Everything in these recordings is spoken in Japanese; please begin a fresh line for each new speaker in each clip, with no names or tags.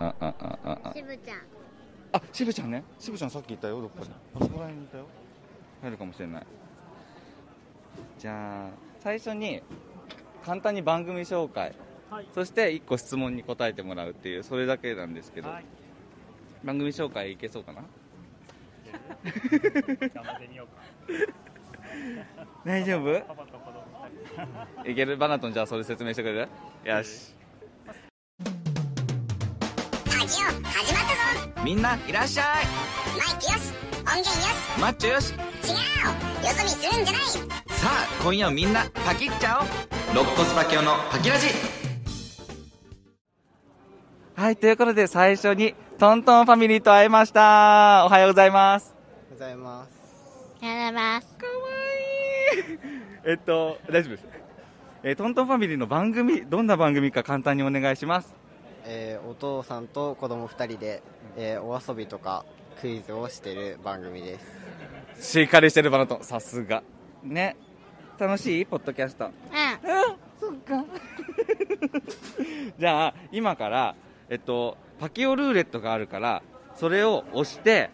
うんうんうんうんうん
しぶちゃん
あ渋ちゃんね渋ちゃんさっきいたよどっかにあそこら辺にいたよ入るかもしれないじゃあ最初に簡単に番組紹介
はい
そして1個質問に答えてもらうっていうそれだけなんですけど、
はい
番組紹介いけそうかな
頑張ってみよう
大丈夫
かパパと子供二人
いけるバナトンじゃあそれ説明してくれるよし
ラジオ始まったぞ
みんないらっしゃい
マイクよし音源よ
マッチョよし
し違うよそ見するんじゃない
さあ今夜もみんなパキっちゃおう肋骨パキオのパキラジはいということで最初にトントンファミリーと会えましたおはようございます
ございます。
やられます
かわいいえっと大丈夫ですえートントンファミリーの番組どんな番組か簡単にお願いします
えーお父さんと子供2人で、えーお遊びとかクイズをしてる番組です。
しっかりしてるバナトンさすがね楽しいポッドキャスト
うん
そっかじゃあ今からえっとパキオルーレットがあるからそれを押して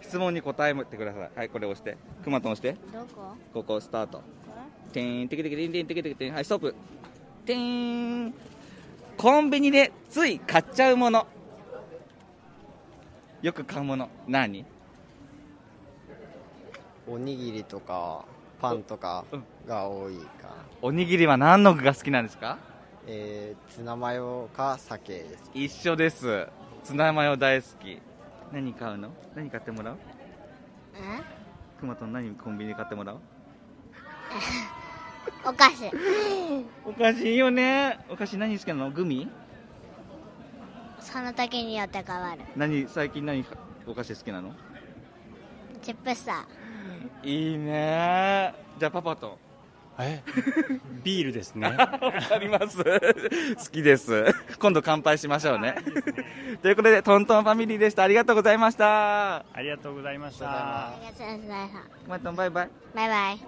質問に答えてくださいはいこれ押してくまとん押して
どこ
ここスタートてーんてけてけてんてんてけてけてんはいストップてーんコンビニでつい買っちゃうものよく買うもの何
おにぎりとかパンとか
うん
が多いかな。
おにぎりは何の具が好きなんですか
えーツナマヨか鮭です。
一緒ですツナマヨ大好き何買うの何買ってもらう
うん
くまとん何コンビニで買ってもらう
お菓子
おかしいよねお菓子何好きなのグミ
その時によって変わる
何最近何かお菓子好きなの
チップスタ
いいねじゃあパパと
えビールですね
わかります好きです今度乾杯しましょうねということでトントンファミリーでしたありがとうございました
ありがとうござ いまし
ー
た
ありがとうございます
くまとんバイバイ
バイバイ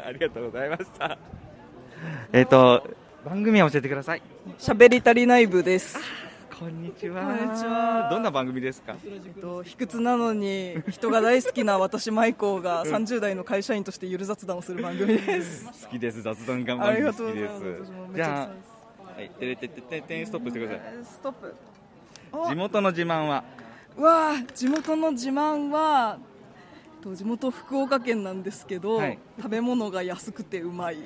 ありがとうございましたえっと番組を教えてください
喋り足りない部です。
こんにちは
こんにちは
どんな番組ですか
えっと、卑屈なのに人が大好きな私マイコーが30代の会社員としてゆる雑談をする番組です。
好きです雑談頑
あ
張
り
り
が
好
とう
き
ござい
で
ます。
す
私もめ
じ
ちゃくち
ゃ
ゃ
あはいてれててててストップしてください
えーストップ。
地元の自慢は
わあ地元の自慢はえっと地元福岡県なんですけど、
はい
食べ物が安くてうまい。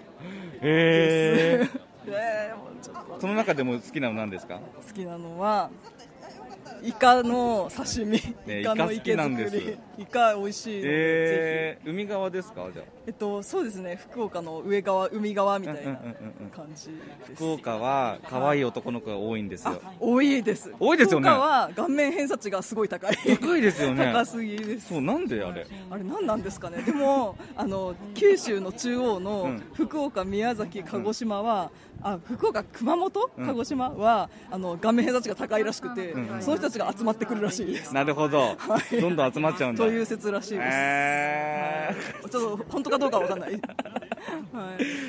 え
えーもうちょっと
その中でも好きなの何ですか
好きなのはイカの刺身、
ね
イカ
イ
の
カ好き
池
なんで
作
す
り、イカ美味しいので、ぜひ。
えー、海側ですかじゃあ
えっと、そうですね、福岡の上側、海側みたいな
うんうんうんうん
感じです。
福岡は可愛い男の子が多いんですよ
多いです。
多いですよね
福岡は顔面偏差値がすごい高い。
高いですよね
高すぎです。
そうなんであれ
あれ何なんですかね。でも、あの、九州の中央の
ん
福岡、宮崎、鹿児島は、あ、福岡、熊本、鹿児島は、あの、顔面偏差値が高いらしくて、その人たちが集まってくるらしいです。
なるほど、どんどん集まっちゃうんだ
という説らしいです。
え
ちょっと本当かどうかわかんない。は
ー、
い。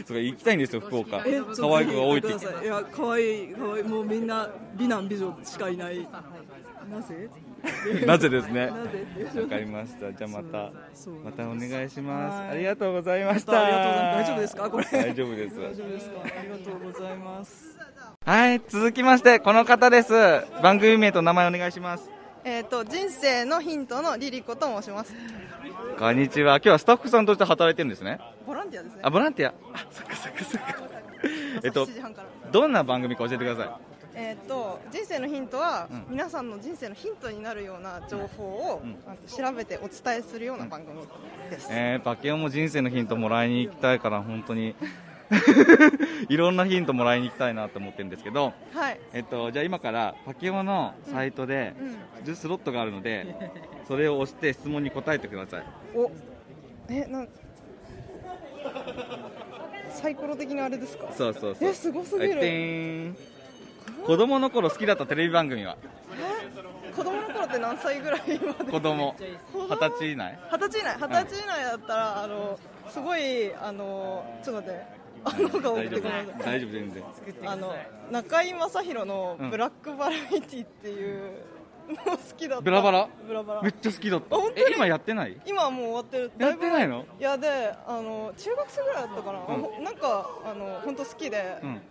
そうか行きたいんですよ福岡
えちょっと
可愛い子が多いって
見てくださいいや可愛い可愛いもうみんな美男美女しかいないなぜ
なぜですね
なぜっていう
わかりましたじゃあまた
そう
またお願いします、
はい
ありがとうございました
またありがとうございます大丈夫ですかこれ
大丈夫です
大丈夫ですかありがとうございます
はい続きましてこの方です番組名と名前お願いします
えっ、と人生のヒントのリリコと申します。
こんにちは今日はスタッフさんとして働いてるんですね
ボランティアですね。
あボランティアあそっかそっかそっかえっと
7時半から。
どんな番組か教えてくださ
えっ、と人生のヒントは、
ん
皆さんの人生のヒントになるような情報を、なんて調べてお伝えするような番組です。
い、えー、パケオも人生のヒントもらいに行きたいから本当に いろんなヒントもらいに行きたいなと思ってるんですけど
はい。
えっと、じゃあ今からパケオのサイトで10スロットがあるので、それを押して質問に答えてください
お、えなんサイコロ的なあれですか。
そうそうそう
えすごすぎる
はいてーん子供の頃好きだったテレビ番組は
子供の頃って何歳ぐらいまで？
子供
子供
二十歳以内
二十歳以内、二十歳以内だったら、あのすごいあのちょっと待って。
あの方が多
大
く
丈
て
夫
ごめんなさい
大丈夫全然
あの中居正広の「ブラックバラエティ」っていうの好きだった
ブラバラ
ブラバラ
めっちゃ好きだった
あ本当
え
に
今やってない
今はもう終わってる
やってないの
いやであの中学生ぐらいだったかな、
うん
ほなんかあの本当好きで、
うん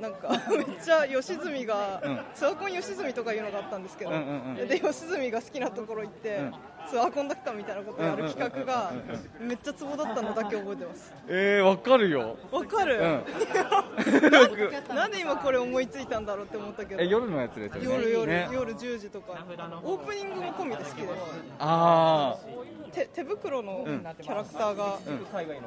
なんか めっちゃ吉住が、
うん
ツアーコン吉住とかいうのがあったんですけど、
うんうんうん
で吉住が好きなところ行って、
ん
ツアーコンだったみたいなことをやる企画が、
うんうんうん
めっちゃツボだったのだけ覚えてます
えー、わかるよ
わかる、
うん
なんで今これ思いついたんだろうって思ったけど
え夜のやつですよね
夜夜、
ね
夜10時とかオープニングも込みで好きです
あ
手手袋のキャラクターが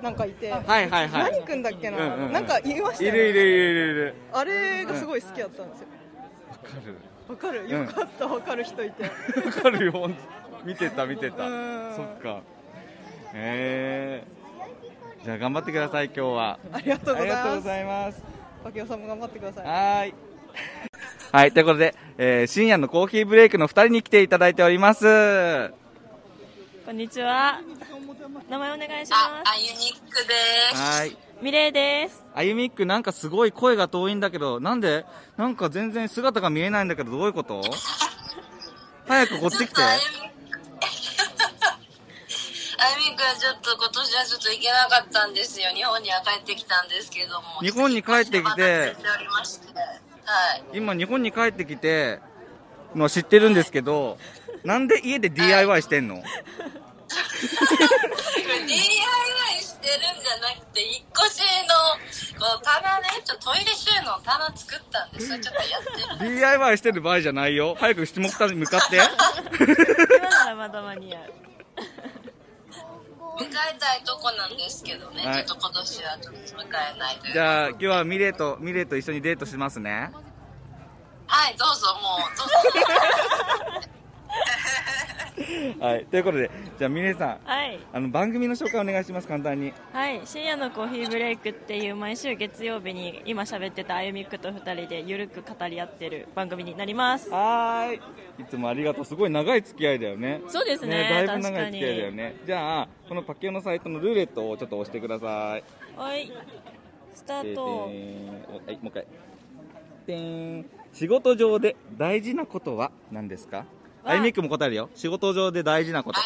なんかいて、
あはいはいはい
何くんだっけな、
うんうんうん
なんかいました
い
よね
るいるいるいるいる
あれがすごい好きだったんですよ
わかる
わかるよかったわかる人い て、
わかるよほんと見てた見てた
うん
そっかえー、じゃあ頑張ってください今日は
ありがとう
あ
ござ
り
い
がとう
ま
ご
す
ざいます
パキオさんも頑張ってください
はーい。はい、ということで、えー深夜のコーヒーブレイクの2人に来ていただいております。は
こんにちは。名前お願いし
あ
ま、
あゆみくです。
い。
す。ミレイです。
あゆみっくなんかすごい声が遠いんだけど、なんでなんか全然姿が見えないんだけど、どういうこと早くこっち来て。
あゆみ、あゆみくんちょっと今年はちょっと行けなかったんですよ。日本には帰ってきたんですけども。
日本に帰ってきて
ちょっと待たせおりましてはい。
今日本に帰ってきて、の知ってるんですけど、なんで家で DIY してんの
DIY してるんじゃなくて、引っ越しの、こう、棚ね、ちょっとトイレ収納棚作ったんで、それちょっとやってる。
?DIY してる場合じゃないよ。早く下北に向かって。
今ならまだ間に合う。
迎えたいとこなんですけどね、
はい
ちょっと今年はちょっと迎えないという。
じゃあ今日はミレイと、ミレイと一緒にデートしますね。
はい、どうぞ、もう、どうぞ。
はい、ということで、じゃあ、ミネさん、
はい。
あの番組の紹介お願いします、簡単に。
はい。深夜のコーヒーブレイクっていう毎週月曜日に今喋ってたあゆみくと二人でゆるく語り合ってる番組になります。
はーい。いつもありがとう。すごい長い付き合いだよね。
そうですね
だいぶ長い付き合いだよね。じゃあ、このパッケオのサイトのルーレットをちょっと押してください。
はい。スター
えーてー
ト。
んおはい、もう一回。てーん。仕事上で大事なことは何ですか
わ
アイミックも答えるよ。仕事上で大事なこと。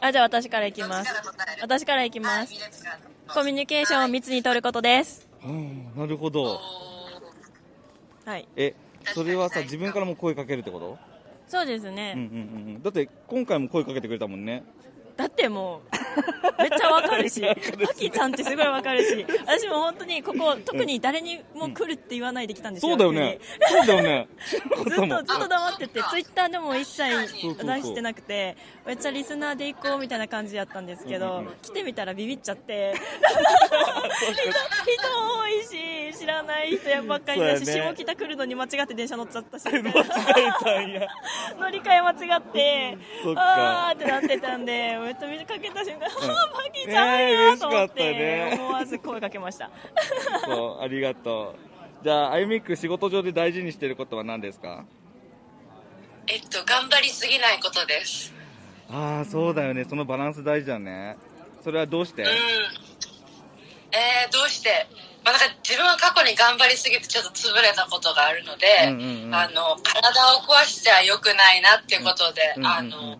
あ、じゃあ私からいきます。私からいきます。コミュニケーションを密に取ることです。
うん、なるほど。
はい。
え、それはさ、自分からも声かけるってこと
そうです
うんう
ね。
んうんうん。だって、今回も声かけてくれたもんね。
だってもう、めっちゃわかるし、パキちゃんってすごいわかるし、私も本当にここ、特に誰にも来るって言わないで来たんですよ。
そうだよね。そうだよね。知
急
らなかっ
に。ずったと
もん
ずっと黙ってて、ツイッターでも一切
そうそう
出してなくて、めっちゃリスナーで行こうみたいな感じやったんですけど、来てみたらビビっちゃ って、人人多いし、知らない人やばっかりだし、
そうやね
下北来るのに間違って電車乗っちゃったし、
間違えたんや。
乗り換え間違って
そっ、か
あーってなってたんで、めっちゃ見かけた瞬間、あー、パキち
ねえ
ゃんやと思っ
嬉しかった
て、
ね
思わず声かけま した。
そう、ありがとう。じゃあ、あゆみっく仕事上で大事にしてることは何ですか
えっと、頑張りすぎないことです。
ああ、そうだよね。そのバランス大事だね。それはどうして
うん。えー、どうしてまあ、なんか自分は過去に頑張りすぎてちょっと潰れたことがあるので、
うんうんうん
あの体を壊しちゃ良くないなってことで、
うんうんうん
あの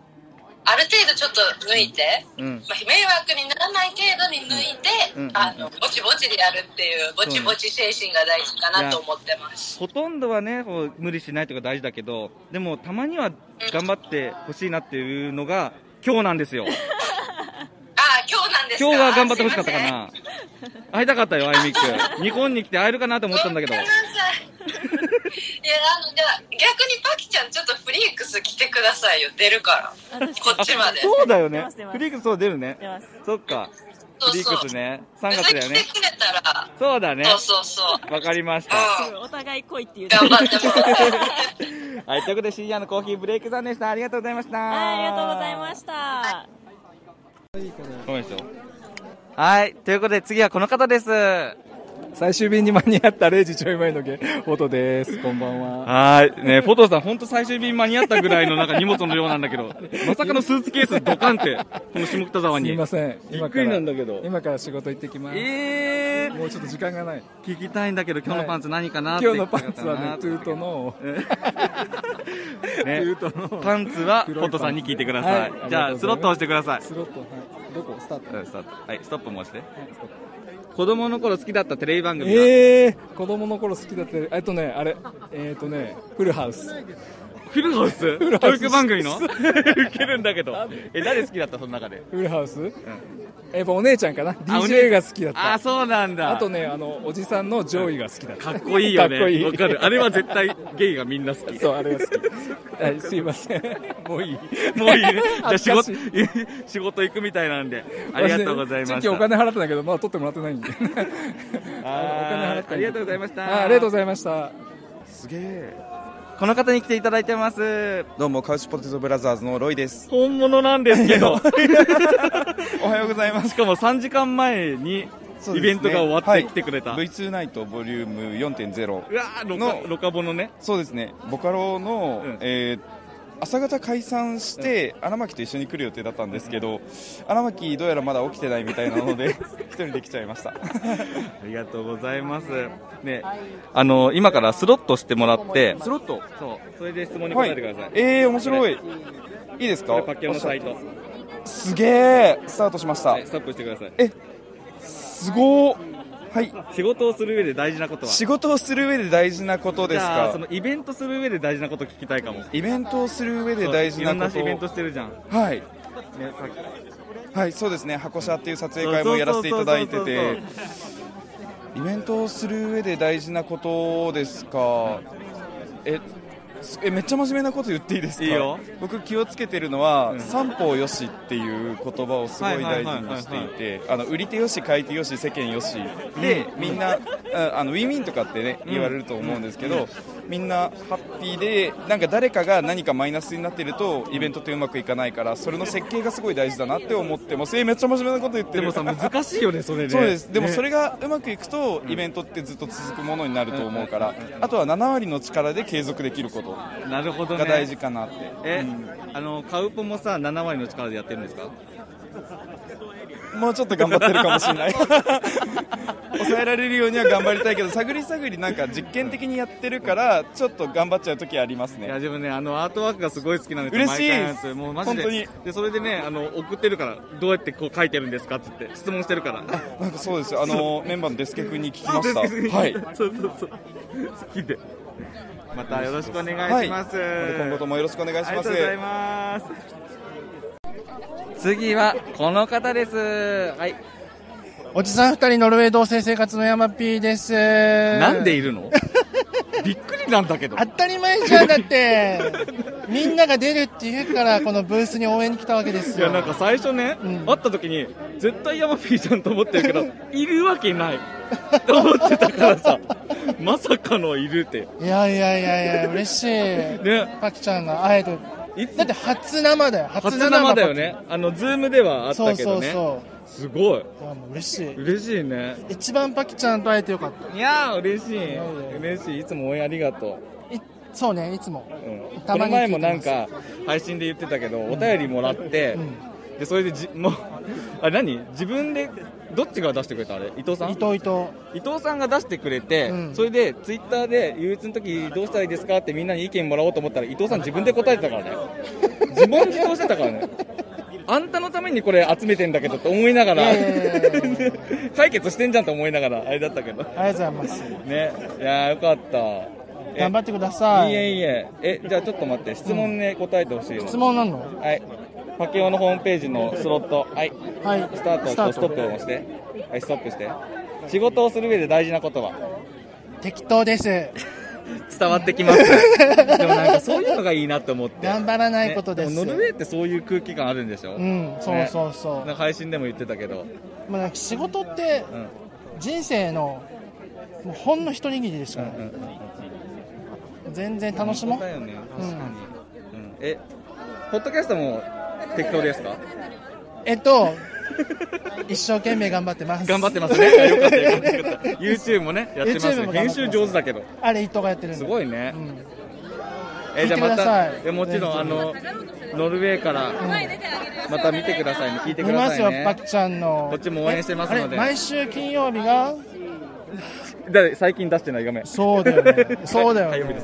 ある程度ちょっと抜いて、
うん
まあ、迷惑にならない程度に抜いて、
うんうんうん
あのぼちぼちでやるっていうぼちぼち精神が大事かなと思ってます、
ほとんどはね、こう無理しないってことが大事だけど、でもたまには頑張ってほしいなっていうのが、今日なんです よ。
ああ今日なんですか
今日は頑張ってほしかったか
すいま
な。会いたかったよ、あゆみっく日本に来て会えるかなと思ったんだけど
ご。めんなさいいやあのじゃあ逆にパキちゃんちょっとフリークス来てくださいよ出るからこっちまで
そうだよね
出ます出ま。す
フリークスそう出るね
出。ます
そっか。
そうそう
フリークスね。3
鈴
月だよ
木
ね
来。てくれたら、
そうだね。
そうそうそう。
わかりました。
うん。
お互い来いっていう。
頑張ってもらう。
はい、ということで、深夜のコーヒーブレイクさんでした。ありがとうございました。
はい、ありがとうございました。
ごめんなさいはい、ということで、次はこの方です。
最終便に間に合った0時ちょい前のゲフォトです。こんばんは。
はーい。ね、フォトさん、本当最終便間に合ったぐらいのなんか荷物の量なん だけど、まさかのスーツケースドカンって、この下北沢に。
すいません。
びっくりなんだけど。
今から仕事行ってきます。
え
もうちょっと時間がない。
聞きたいんだけど、今日のパンツ何かなって
今
言っ
日
て
のパ
たかな
ンツはね、トゥートの、 ト
ね
ゥートの
パンツはフ
黒い
ォトさんに聞いてください。
はい
じゃあ、スロット押してください。
スロット、はい。どこスタート
うんスタートはい、ストップも押して。子供の頃好きだったテレビ番組は、
えー、子供の頃好きだった、えっとね、あれ、えっとね、フルハウス。
フルハウス
ルハウス
教育番組 のウケるんだけど。え、誰好きだったその中で。
フルハウスやっぱお姉ちゃんかな
あお姉
?DJ が好きだった。
あ、そうなんだ。
あとね、あの、おじさんの上位が好きだった。
かっこいいよね。
かっこいい
わか る。あれは 絶対ゲイがみんな好き。
そう、あれが好き。はい、すいません。
もう いい。もういいね。じゃあ仕事
恥ず、
仕事行くみたいなんで。ありがとうございま
私ね新
し
規お
た。
金払ったんだけど、まだ取ってもらってないん で。お金払った
ありがとうございました
あありがとうございました。
すげえ。この方に来ていただいてます。
どうもカウチポテトブラザーズのロイです
本物なんですけど。
おはようございます
しかも3時間前に
そう
イ
ですね
ベントが終わって来てくれた。
はい V2 ナイトボリューム4.0
うわーロカ
の
ロカボのね。
そうですねボカロの、えー朝方解散して、荒牧と一緒に来る予定だったんですけど、荒牧どうやらまだ起きてないみたいなので一人で来ちゃいました
ありがとうございます。 ね、あの、今からスロットしてもらって、
スロット
そう、それで質問に答えてください。
はえー、面白いいいです
こ
か
れパッケージのサイト。
すげえスタートしました、
ストップしてください。
えすごーはい
仕事をする上で大事なことは
仕事をする上で大事なことです
じゃあ
か
そのイベントする上で大事なこと聞きたいかも
イベントをする上で大事なこと
そういろんなイベントしてるじゃん、ね、
はい
さっき
はい、そうですね、箱車っていう撮影会もやらせていただいてて、イベントをする上で大事なことですか、え、すえめっちゃ真面目なこと言っていいですか、
いいよ
僕、気をつけてるのは、
うん
三方よしっていう言葉をすごい大事にしていて、あの売り手よし、買い手よし、世間よし、で、みんな、ああのウィンウィンとかってね、
うん
言われると思うんですけど、みんなハッピーで、なんか誰かが何かマイナスになってると、イベントってうまくいかないから、それの設計がすごい大事だなって思ってます、えめっちゃ真面目なこと言ってる。
でもさ難しいよねそれね
そうですでも
ね
それがうまくいくと、イベントってずっと続くものになると思うから、あとは7割の力で継続できること
なるほどね
が大事かなって、
え、あのカウポもさ7割の力でやってるんですか
もうちょっと頑張ってるかもしれ ない抑えられるようには頑張りたいけど 探り探りなんか実験的にやってるからちょっと頑張っちゃう時あります
い
ね
や自分ねあのアートワークがすごい好きなんですよ
嬉しい
毎回やつもうマジで
本当に
でそれでねあの送ってるからどうやってこう書いてるんですかっつって質問してるから
なんかそうですあのメンバーのデスケ君に聞きま
そう
し
ですね
たはい
そうそうそう好きでまたよろしくお願いします、
はい今後ともよろしくお願いします
ありがとうございます次はこの方ですはい
おじさん二人ノルウェー同棲生活の山 P です。
なんでいるのびっくりなんだけど
当たり前じゃん、だって。みんなが出るって言うから、このブースに応援に来たわけです
いや
よ。
なんか最初ね、会った時に絶対ヤマピーちゃんと思ってるけどいるわけないと思ってたからさまさかのいるって
いやいやいやいや、嬉しい。
ね
パキちゃんが会えて。だって初生だよ。
初
初生
生だよ。ねあのズームではあったけどね
そう
すごい
いやもう嬉しい。
嬉しいね
一番パキちゃんと会えてよかった。
いやー嬉しい嬉しいいつも応援ありがと
そうね、いつも。
う、うん、
た
こ
ま
の
に聞
前
いてます
もなんか配信で言ってたけどお便りもらって、でそれでじもうあれ何自分でどっちが出してくれたあれ伊藤さん
伊藤伊藤。
伊藤さんが出してくれて、
うん
それでツイッターで憂鬱の時どうしたらいいですかってみんなに意見もらおうと思ったら伊藤さん自分で答えてたからね自問自答してたからねあんたのためにこれ集めてんだけどって思いながら 解決してんじゃんと思いながらあれだったけど
ありがとうございます。
ねいやーよかったえ
頑張ってください。
いえいええじゃあちょっと待って質問ね、答えてほしいの
質問なんの
はいパケオのホームページのスロットはい、
はい
スタート
スタ
と
ート
ストップを押してはいストップして仕事をする上で大事なことは
適当です。
伝わってきます でもなんかそういうのがいいなと思って
頑張らないことです。
ねもノルウェーってそういう空気感あるんでしょ
うん、そうそうそう。
ねなんか配信でも言ってたけど、
まあ、なんか仕事って
うん
人生のもうほんの一握りでしかない、全然楽しもう、
だよね確かに、うんえポッドキャストも適当ですか
えっと一生懸命頑張ってます
頑張ってます ね。よかったよかったよかった。YouTube もね、やってます、
YouTube
ね。
も頑張って
編
ます
集上手だけど。
あれ伊藤がやってるんです
ごいね。
聞いてください
えもちろんあのノルウェーからまた見てくださいね。聞いてく
見
だ
ま
さ
すよ
いね。
パクちゃんの
こっちも応援してますの
あれ
で。
毎週金曜日 が
だって最近出してない画面。
そうだよね。そ うだよね。
火曜日で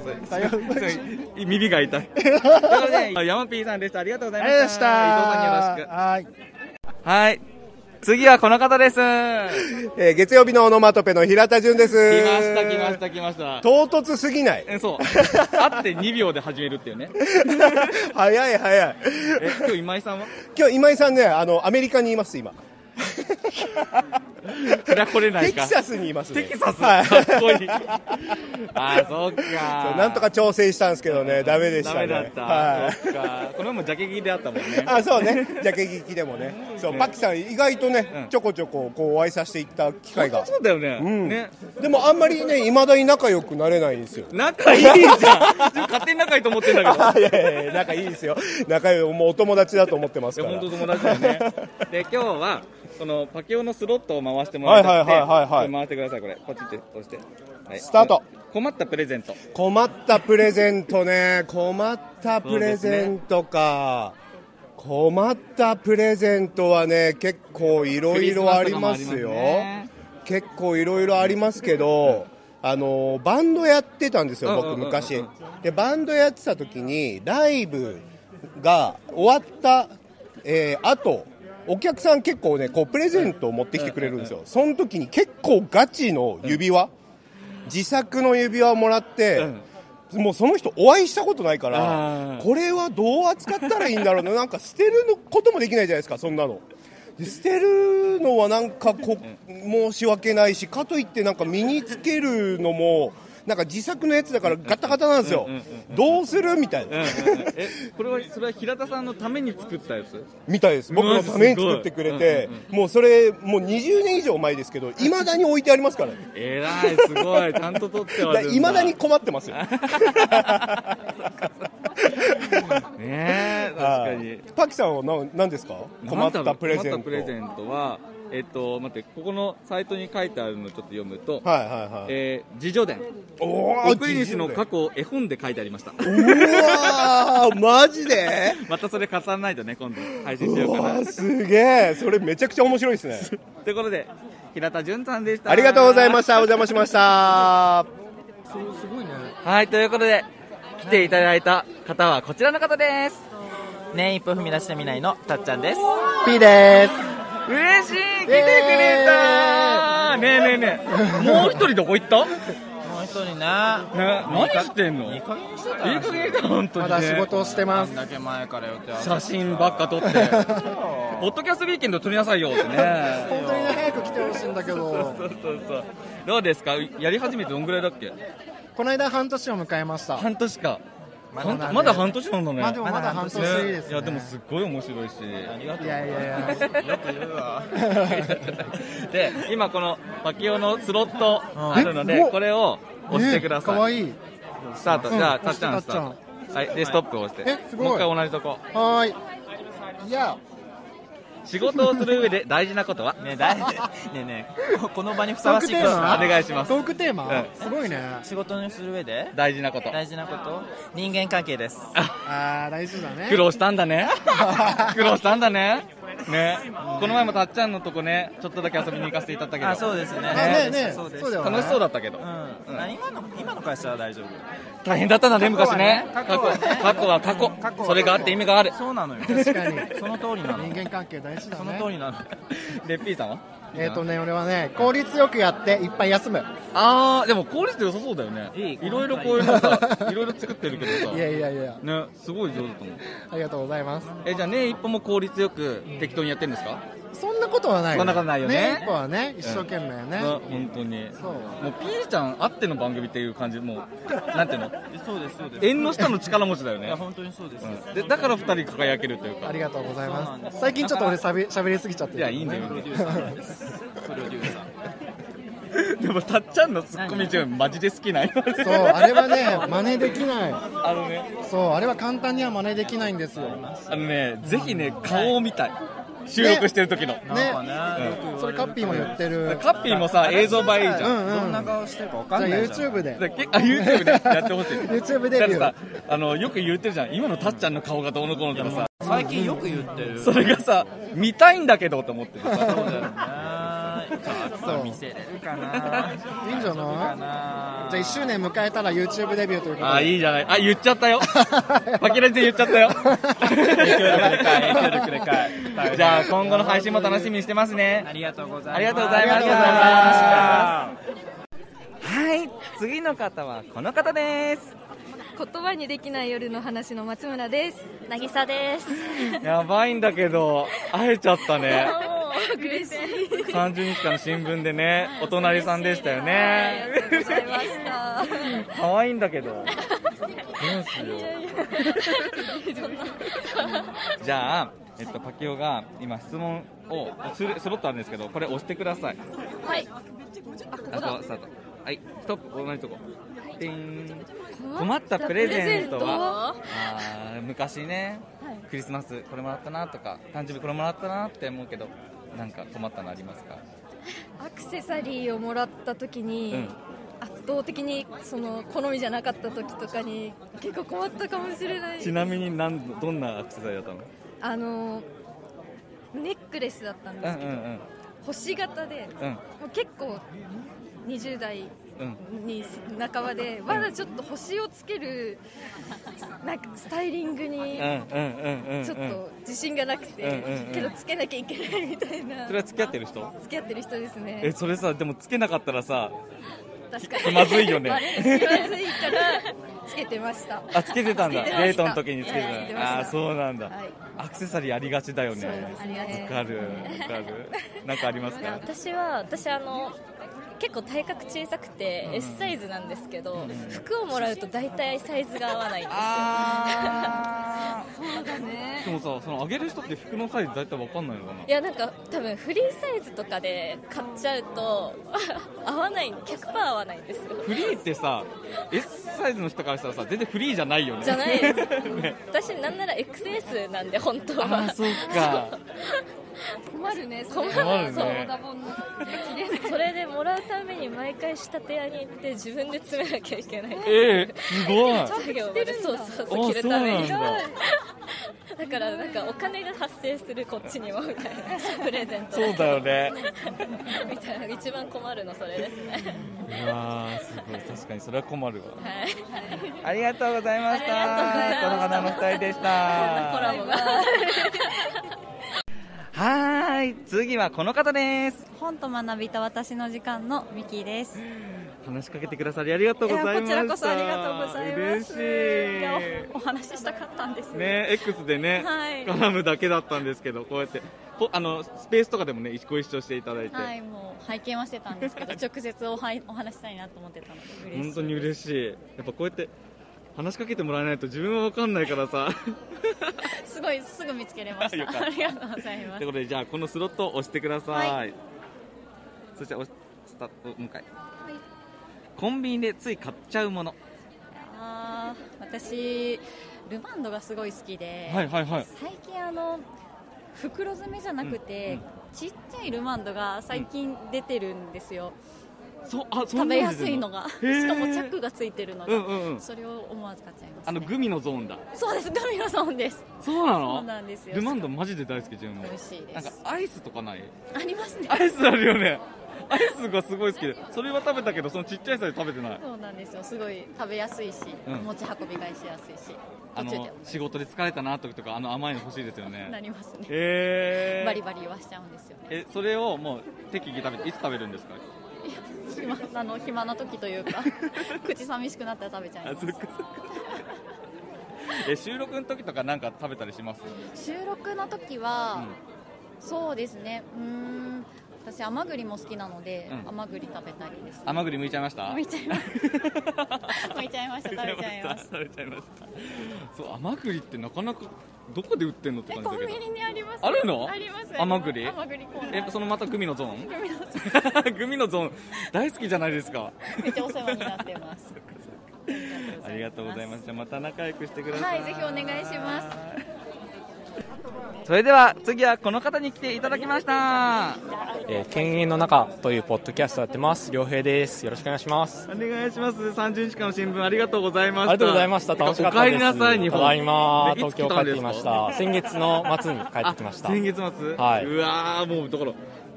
す。そう耳が痛い。 ということであヤマピーさんでした。ありがとうございました。伊藤さんによろしく。はい。次はこの方です。
えー月曜日のオノマトペの平田純です。
来ました来ました来ました。
唐突すぎない。
えそう。 会って2秒で始めるっていうね。
早い早い。
え今日今井さんは？
今日今井さんね、あのアメリカにいます今。
そりゃ来れない
テ
か。
キサスにいますね。
テキサス
はい
かっこいい。あ ー、そっ
そう
か。
なんとか調整したんですけどね、ダメでした
ダ
ね。
メだった。
はい。
そっか。この前もジャケ着であったもんね。
あ、そうね。ジャケ聞きでもね。そう、
ね
パキさん意外とね、ちょこちょここうお会いさせていった機会が。
そうだよね。
うん。
ね
でもあんまりね、未だに仲良くなれないんですよ。
仲いいじゃん。自分勝手に仲いいと思ってんだけど。
いやいやいや仲いいですよ。仲良いもうお友達だと思ってますから。
本当友達だよね。 で今日はそのパキオのスロットを回してもらいたくて、
はいはいはいはいはい
これ回してくださいこれ。ポチって押して。はい
スタート。
困ったプレゼント。
困ったプレゼントね困ったプレゼントか、困ったプレゼントはね結構いろいろありま
クリスマ
すよ
スとかもありま
結構いろいろありますけど、あのバンドやってたんですよ、
うんうんう
僕
んうん
昔、でバンドやってた時にライブが終わった、えー、後お客さん結構ねこうプレゼントを持ってきてくれるんですよ、その時に結構ガチの指輪、自作の指輪をもらって、もうその人お会いしたことないからこれはどう扱ったらいいんだろうななんか捨てるのこともできないじゃないですかそんなので捨てるのはなんかこ申し訳ないしかといってなんか身につけるのもなんか自作のやつだからガタガタなんですよ
うんうんうん
どうするみたいな
えこれはそれは平田さんのために作ったやつ？
みたいです僕のために作ってくれて
うんうん
もうそれもう20年以上前ですけどいまだに置いてありますからね
えらいすごいちゃんと撮ってはるんだ。
いまだに困ってま すよ
ねえ確かに。
パキさんはな何ですか困ったプレゼ
困った
ント
プレゼントは、えっと、待って、ここのサイトに書いてあるのをちょっと読むと、
はいはいはい
えー自叙伝。
おー
送り主の過去を絵本で書いてありました。
うわーマジで
またそれ重ねないとね、今度配信しようか
うわ
な。
ーすげえそれめちゃくちゃ面白いですね
ということで、平田淳さんでした。
ありがとうございましたお邪魔し ました
すごいね。
はい、ということで、来ていただいた方はこちらの方です。
ね、一歩踏み出してみないのたっちゃんです。
P です。嬉しい来てくれたねえねえねえ、もう一人どこ行った
もう一人ね。
何してんの
いい加減にしてた
いい加減だ本当にね
まだ仕事をしてます。だけ前から予定
写真ばっか撮って、ポッドキャストウィーケンド撮りなさいよってね。
本当にね早く来てほしいんだけど。
そうそうそう。どうですかやり始めてどんぐらいだっけ
この間半年を迎えました。
半年か。
ま
半
だ
まだ
ね
半年なんだね。
まあでもまだ半年ですね
いや、でもすっごい面白いし。
いやいやいや。よく言うわ。
で、今このパキオのスロットあるの
えす
で
ご、っ
これを押してください。
ね可愛い。
スタート。じゃあ、
うん
タッチャンスター
押し
ト。はい。で、ストップを押して。
えすごい
もう一回同じとこ。
はーい。いや。
仕事をする上で大事なことはね、大事。
ねねこの場にふさわしいこと
トークテーマ
な
お願いします
トークテーマ、
うん
すごいね仕事にする上で
大事なこと
大事なこと人間関係ですああ大事だね
苦労したんだね苦労したんだねねこの前もたっちゃんのとこねちょっとだけ遊びに行かせていただいたけど
あそうですね
ね
ねね
そうです
そうだよね
楽しそうだったけど、
うんあ今の今の会社は大丈夫
大変だったんだね
過去
昔
は
ね
ね
過
過
去
去はね
過去は過去
過去は
それがあって意味がある
そうなのよ
確かに
その通りなの
人間関係大事だ
そ
ね
の通りなの
で P さんは
えっ、とね俺はね効率よくやっていっぱい休む
あーでも効率良さそうだよねいろいろこういうのさ いろいろ作ってるけどさ
いやいやいや
ねすごい上手だと思う
ありがとうございます
えじゃあね一歩も効率よく適当にやってるんですか、
そんなことはない
そんなことないよね
一歩はね一生懸命ね、
うん本当に
そう
もう P ちゃんあっての番組っていう感じもうなんていうの
そうですそうです
縁の下の力持ちだよ
い
ね
や本当にそうです、
うんでだから二人輝けるというか
ありがとうござい
そうなん
ま
です
す最近ちょっと俺しゃべしゃべりすぎちゃって
い
る
やいいんだよいいん
プ
だ
ロ
よ
デューサー
プロデューサー
でもたっちゃんのツッコミ中マジで好きない
そうあれはね真似できない
あのね
そうあれは簡単には真似できないんですよ
あのねぜひね顔を見たい収録してる時の。
ねそれカッピーも言ってる
カッピーもさ映像映えじゃん
うう
どんな顔
してる
かわ
わ
かんないじゃん
YouTube で
だけあ YouTube でやってほしい
YouTube デビュー
だってさあのよく言ってるじゃん今のたっちゃんの顔がどうのこうのとかさ
最近よく言ってる
それがさ見たいんだけどと思ってるさ
そうだよなそう見せれるかない
いんじゃないじゃあ1周年迎えたら YouTube デビューということで
あいいじゃないあ言っちゃったよパキラジで言っちゃったよ影響
力でかい影響力でかい
じゃあ今後の配信も楽しみにしてますね
ありがとうございます
ありがとうございま
あ
し
り
た
がとうございました
はい次の方はこの方です
言葉にできない夜の話の松村です。渚です。
やばいんだけど会えちゃったね
嬉しい。
30日間の新聞でねお隣さんでしたよね
ありがとうございました。
可愛いんだけどどうしようじゃあ、えっと、パキオが今質問をスロスロットあるんですけどこれ押してください
はい。
あとスタートはいストップ同じとこピン困ったプレゼントはあー昔ね、
はい
クリスマスこれもらったなとか誕生日これもらったなって思うけどなんか困ったのありますか
アクセサリーをもらった時に、
うん
圧倒的にその好みじゃなかった時とかに結構困ったかもしれない。
ちなみになんどんなアクセサリーだったの
あのネックレスだったんですけど、
うん
星型で、
うん
もう結構20代
うん
に半ばでまだちょっと星をつけるなんかスタイリングに
うんうんうんうん
ちょっと自信がなくて、
うんうんうん
けどつけなきゃいけないみたいな
それは付き合ってる人
付き合ってる人ですね
えそれさでもつけなかったらさ
確かに
気まずいよね
バレる気 まずいからつけてました
あつけてた んだ
つけてました
デートの時につけてた
はいつけてました
ああーそうなんだ、
はい
アクセサリーありがちだよね
そうですね
わかるわかるなんかあります か
私は私あの結構体格小さくて
うん
S サイズなんですけど、服をもらうと大体サイズが合わないんですよ
そうだね
でもさそのあげる人って服のサイズ大体わかんないのかない
やなんか多分フリーサイズとかで買っちゃうと 合わない100%合わないんですよ
フリーってさ S サイズの人からしたらさ全然フリーじゃないよね
じゃないです
ね
私なんなら XS なんで本当
あ
は
ーそうか
困るね
困る
困るね
そう
切れない
それでもらうために毎回仕立て屋に行って自分で詰めなきゃいけない
えー、すごい
作業までそうそう
あ
そう着るために
そうなん
だからなんかお金が発生するこっちにもみたいなプレゼント
そうだよね
みたいな一番困るのそれですね
うわーすごい確かにそれは困るわ
はい
ありがとうございましたこの花の二人でした
コラボが
はーい次はこの方です
本と学びた私の時間のミキです。
話しかけてくださりありがとうございました
いやこちらこそありがとうございま
嬉し
す。
い
いやおお話ししたかったんです。
ね X でね、
はい
絡むだけだったんですけどこうやってこあのスペースとかでもねご一緒していただいて、
はい、もう拝見はしてたんで すけど、直接おはいお話ししたいなと思ってたので嬉しい。
本当に嬉しいやっぱこうやって話しかけてもらえないと自分は分かんないからさ
すごいすぐ見つけれまし
よかった
た。ありがとうございま
という
す。
ことでじゃあこのスロットを押してください、
は
そして押しスタート向かいコンビニでつい買っちゃうもの
あー私ルマンドがすごい好きで、
はいはいはい
最近あの袋詰めじゃなくて、ちっちゃいルマンドが最近出てるんですよ。
そあそ
食
んな
べ
の出てんの
やすいのが、
へー
しかもチャックがついてるのが、
うんうんうん
それを思わず買っちゃいます。
あのグミのゾーンだ
そうです、ガミラさんです。
そうなの
そうなんですよ。
ルマンドマジで大好き自分も
美味しいです
なんかアイスとかない
ありますね。
アイスあるよねアイスがすごい好きでそれは食べたけどそのちっちゃいサイズ食べてない
そうなんですよ。すごい食べやすいし、
うん
持ち運びがしやすいし、
あ
途中
の
で
仕事で疲れたな時とかあの甘いの欲しいですよね
なりますね。
えー、
バリバリ言わしちゃうんですよね。
えそれをもう適宜食べていつ食べるんですか
いや暇あ の暇な時とい うか、口寂しくなったら食べちゃい
あ
ま
そっかそっか え収録の時とかなんか食べたりします
す。収録の時
う
は
ん、
そうですね。うーん、私甘栗も好きなので、
うん
甘栗食べたいです。
甘栗剥いちゃいました
剥いちゃい ま した。剥いちゃいました。食べちゃいました。
食べちゃいましたそう甘栗ってなかなかどこで売ってんのって感じ
コ
だ
ン
け
ビ
ど
ニにあります。
あるの
あります。
甘栗
甘栗コーナ
え
ー。
そのまたグミのゾーン
グ ミのゾ
グミのゾーン大好きじゃないです か
めっちゃお世話になってます。
ありがとうございますじゃあまた仲良くしてください
はい、ぜひお願いします。
それでは次はこの方に来ていただきました
えー、犬猿の中というポッドキャストやってます。良平です。よろしくお願いします。
お願いします30日間の新聞ありがとうございま
あ
した
りがとうございました。楽しかった
お
です。
帰りなさい日本
ただいま
えい
東
つ来
京帰
た
っ
んです
てき
か
ました。先月の末に帰ってきました。
あ先月末
はいう
わーもうだから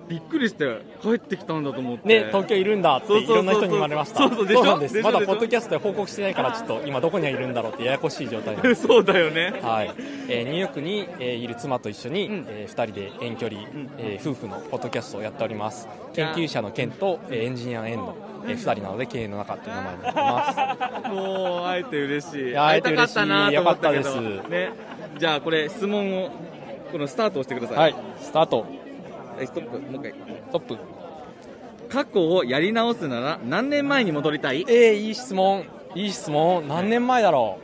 びっくりして帰ってきたんだと思って
ね、東京いるんだって
そう
い
そうそうそう
ろんな人に言われました。
そうそうでしょ
なんです。
でしょ
まだ
でしょ
ポッドキャストで報告してないから、ちょっと今どこにいるんだろうってややこしい状態なんで す。
そうだよね。
はい。えーニューヨークに、えーいる妻と一緒に、えー二人で遠距離、えー夫婦のポッドキャストをやっております。研究者の研と、えーエンジニアの円の、えー二人なので、経営の中っていう名前になってます。
もう会えて嬉しい
や
会いたかったなと思ったけど
会えて嬉しいよかった
ねじゃあこれ質問をこのスタートをしてください
はい、スタート
はいストップもう一回ス
トップ
過去をやり直すなら何年前に戻りたい
えー、いい質問いい質問何年前だろ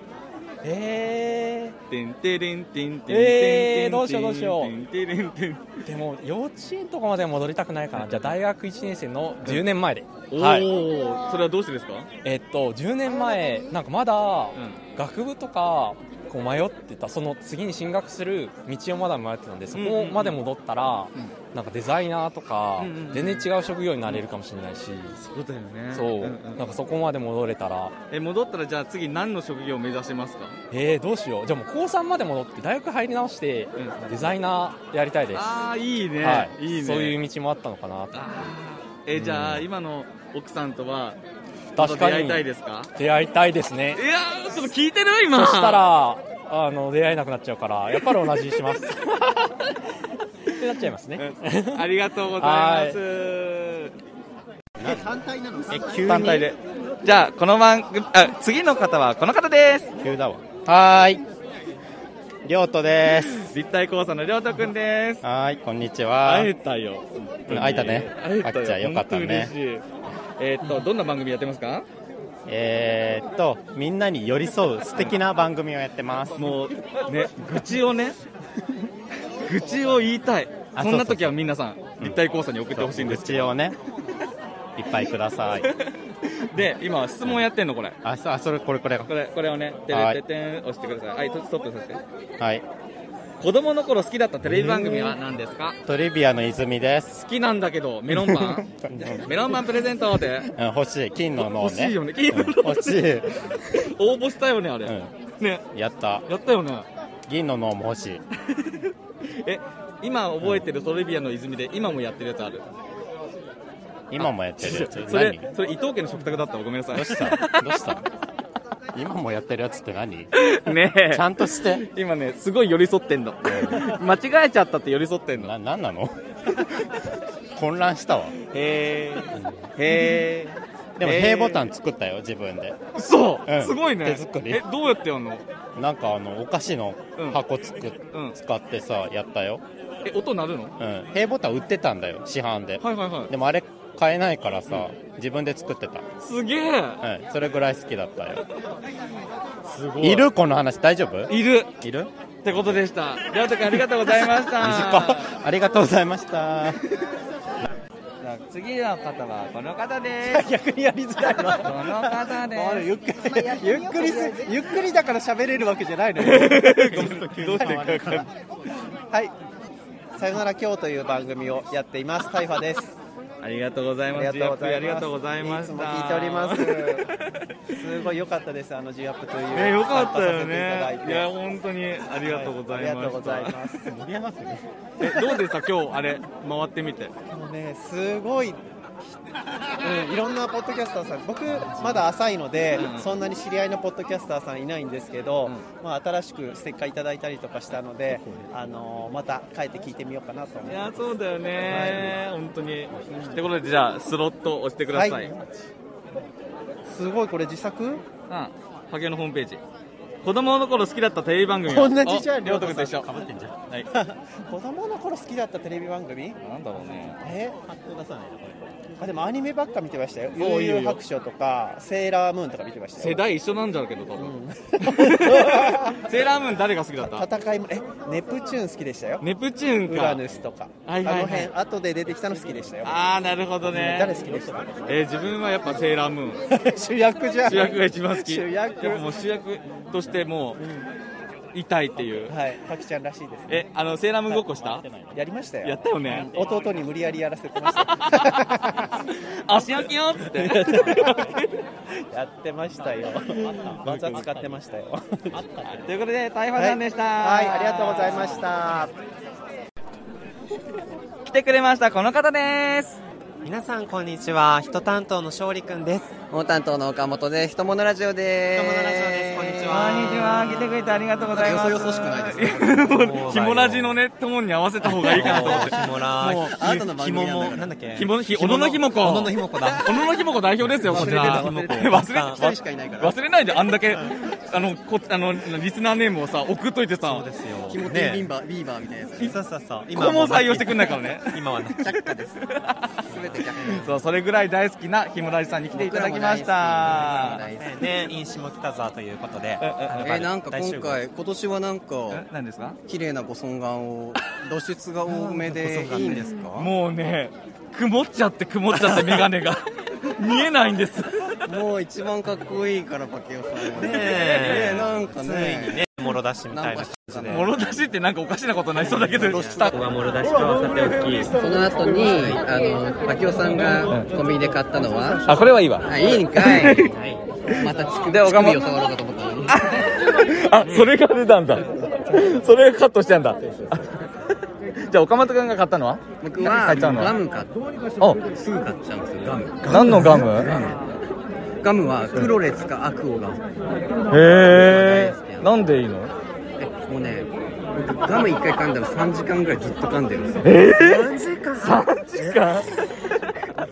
うえ
てんてれんてんてんてんてんてん
えーどうしようどうしよ
てんてれんてん
ー、でも幼稚園とかまでは戻りたくないかなじゃあ大学1年生の10年前で、
おお、
はい
それはどうしてですか
えっと10年前なんかまだ学部とかこう迷ってたその次に進学する道をまだ迷ってたんでそこまで戻ったら、なんかデザイナーとか、
うんうんうん
全然違う職業になれるかもしれないし、
そうだよね
そう、
んん
なんかそこまで戻れたら
え戻ったらじゃあ次何の職業を目指しますか
えー、どうしようじゃあもう高3まで戻って大学入り直してデザイナーやりたいです、
ああいいね、
はい、
いいね
そういう道もあったのかなと
えじゃあ、今の奥さんとは
確か
出会
に
いたいですか
出会いたいですね
いやーちょっと聞いてる今
そしたらあの出会えなくなっちゃうからやっぱり同じにします ってなっちゃいますね
ありがとうご
は
ざい
い
ます
単体なの
え単体でじゃあこの番組あ次の方はこの方です
急だわはーいりょうとです
立体交差のりょうとくんです
はーいこんにちは
会えたよ
会えたね
会えた
会っちゃよかったね
本当嬉しいえーっとどんな番組やってますか
えーっとみんなに寄り添う素敵な番組をやってます
もうね愚痴をね愚痴を言いたい
あ
そんな時は皆さん立体交差に送ってほしいんです
愚痴をねいっぱいください
で今質問やってんのこれ
あそあそれこれこれ
これこれをねて
は
れ
い
ててん押してくださいはいストップさせて
はい
子供の頃好きだったテレビ番組は何ですか
トリビアの泉です
好きなんだけどメロン パンメロンパンプレゼントって
うん欲しい金の脳ね
欲しいよね金の
うん欲しい
応募したよねあれ、ね
やった
やったよね
銀の脳も欲しい
え今覚えてるトレビアの泉で今もやってるやつある
今もやってるやつ
それそれ伊藤家の食卓だったわごめんなさい
どうしたどう した今もやってるやつって何
ねえ
ちゃんとして
今ねすごい寄り添ってんの間違えちゃったって寄り添ってんのな
何なの 混乱したわ
へえへえ
でも「へ」ボタン作ったよ自分で
そう、
うん
すごいね
手作り
えどうやってやんの
なんかあのお菓子の箱つく、使ってさやったよ
え音鳴るの
うん「へ」ボタン売ってたんだよ市販で
はいはいはい
でもあれ買えないからさ、自分で作ってた
すげえ
うんそれぐらい好きだったよ
すごい
いるこの話大丈夫
いる
いる
ってこと でしたりょうとくんありがとうございました
短っありがとうございました
じゃあ次の方はこの方 です
逆にやりづらいの
この方です
あれゆっくり
ゆっくりすゆっくりだから喋れるわけじゃないの
よ
どうしてかはいさよなら今日という番組をやっていますタイファです
ありがとうございます
ありがとうございま
ジ
す
アップありがとうございました
いつも聞いておりますすごい良かったですあの G アップという
ねよかったよ
参加させていた
ね
だ
い
て
や本当にありがとうございました、
はいありがとうございます盛り上がってる
えどうでした今日あれ回ってみて
もうね、すごい、うん、いろんなポッドキャスターさん、僕、まだ浅いので、そんなに知り合いのポッドキャスターさんいないんですけど、まあ、新しくステッカーいただいたりとかしたので、あのまた帰って聞いてみようかなと思
い
い
や
ます。
そうだよね、本当にってことでじゃあスロット押してください、
はいすごい、これ、自作
うんパケのホームページ子供の頃好きだったテレビ番組
こんなちっちゃい
りょうとくんと一緒ってんじゃんはい
子供の頃好きだったテレビ番組
なんだろうね
えあでもアニメばっか見てましたよ、
おいいよいい
悠々
よ
白書とか、セーラームーンとか見てましたよ。
世代一緒なんじゃけど多分、 セーラームーン誰が好きだった
戦いもえネプチューン好きでしたよ
ネプチューンか
ウラヌスとか、
はいはいはい
あの辺後で出てきたの好きでしたよ
ああなるほどね
誰好きでした
えー自分はやっぱセーラームーン
主役じゃん
主役が一番好き
主役
やっぱもう主役としてもう、いたいっていう、
はい、パキちゃんらしいですね。
えあのセーラームーンごっこした、
やりましたよ。
やったよね
うん弟に無理やりやらせてました。
足開きよっつって
やってました よ。技使ってましたよ。
ということでタイファさんでした
はい、はいありがとうございました。
来てくれましたこの方です
皆さんこんにちは人担当の勝利くんです
物担当の岡本です人物ラジオです人物ラジオですこんにちは
こんにちは来てくれてありがとうございます
よそよそしくないですね
ひもラジのねトーンに合わせた方がいいかなと思って
ひもラ
もう
あなたの番組
紐
なんだから
も
なんだっけ
ひもひ小野のひもこ
小野のひもこだ
小野のひもこ代表ですよこちら
忘れてた
忘れ
一人しかいないから
忘れないであんだけあのこあのリスナーネームをさ送っといてさそうですよ
ひもティービンバービーバーみたいなやつそうそうそう
ここも採用してくんないからね
今は却下です全て却下
そうそれぐらい大好きなひもラジさんに来ていただきました
ね、飲酒も来たぞということで、
えなんか
今回、今年はなんか、
何ですか
綺麗なご尊顔を、露出が多め でいいんですか、
もうね曇っちゃって曇っちゃって眼 鏡が見えないんです
もう一番かっこいいから、パケオさんはね、ねなんかね、
ついにね
もろ出しみたいな感じ
もろ出しってなんかおかしなことになりそうだけどスタッフはもろ出し
はさておき
その後にあのパキオさんがコンビニで買ったのは
あこれはいいわ
あいいんか い、また乳首乳首を触ろうかと思ったのに
あそれが出たんだそれがカットしてんだ じゃあ岡本君が買ったのは
僕は
買っちゃうの
ガム買っ
お
すぐ買っちゃうんですよガム
何のガム
ガムガムはクロレツかアクオが
へえなんでいいの
もうね僕ガム一回噛んだら3時間ぐらいずっと噛んでるんですよ
え
3時間
3時間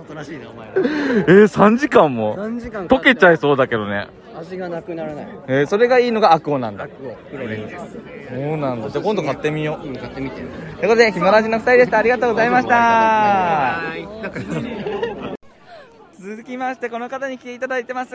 おらしいなお前
えー、3時間も
3時間
溶けちゃいそうだけどね
味がなくならない
えー、それがいいのがアクオなんだ
クロレツです
そうなんだじゃあ今度買ってみよう
買ってみて
ということでひまらじの2人でしたありがとうございました続きましてこの方に来ていただいてます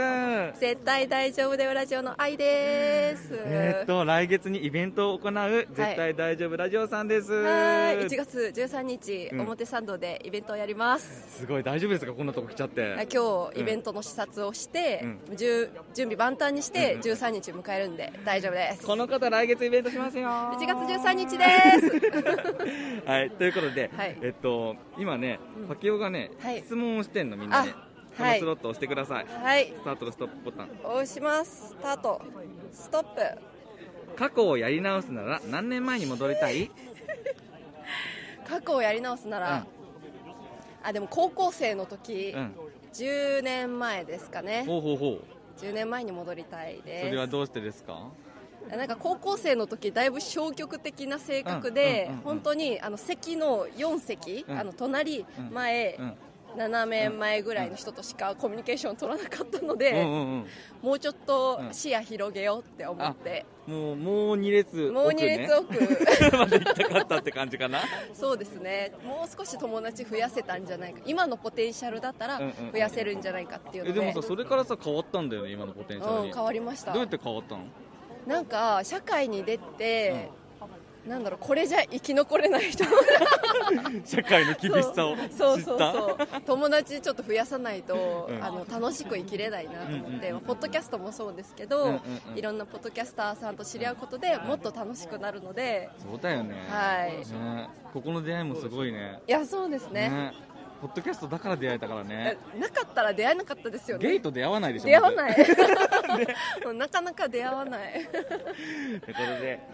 絶対大丈夫だよラジオの愛です。
えーっと来月にイベントを行う絶対大丈夫ラジオさんです、
はい、1月13日、
うん
表参道でイベントをやります。
すごい大丈夫ですかこんなとこ来ちゃって
あ今日イベントの視察をして、じゅ準備万端にして13日迎えるんで大丈夫です。
この方来月イベントしますよ。1
月13日 です。
うんはいということで、
はい
えっと今ねパキオがね、
はい
質問をしてんのみんなに、この
はい
スロットを押してください、
はい
スタートとストップボタン
押します。スタート。ストップ。
過去をやり直すなら何年前に戻りたい
過去をやり直すなら、あでも高校生の時、
うん
10年前ですかね。
ほうほうほう
10年前に戻りたいです。
それはどうしてですか
なんか高校生の時だいぶ消極的な性格
うんう
で、
んうんうん
本当にあの席の4席、
うん
あの隣、前、
うん
斜め前ぐらいの人としかコミュニケーション取らなかったので、
うんうんうん
もうちょっと視野広げようって思って、
もうもう2列奥、ね、
もう2列奥、
まで行きたかったって感じかな
そうですねもう少し友達増やせたんじゃないか今のポテンシャルだったら
うんうんうん
増やせるんじゃないかっていう
え
ので,、
でもさそれからさ変わったんだよね今のポテンシャルに、
うん変わりました
どうやって変わったの
なんか社会に出て、なんだろうこれじゃ生き残れない人
社会の厳しさ を知った
そうそうそう友達ちょっと増やさないと、
うん
あの楽しく生きれないなと思って、
うんうんうん
ポッドキャストもそうですけど、
うんうんうん
いろんなポッドキャスターさんと知り合うことでもっと楽しくなるので、
そうだよね
はい
ねここの出会いもすごいね
いやそうですね
ポッドキャストだから出会えたからね
なかったら出会えなかったですよね
ゲイと出会わないでしょ
出会わないい もうなかなか出会わない
ということで、
はい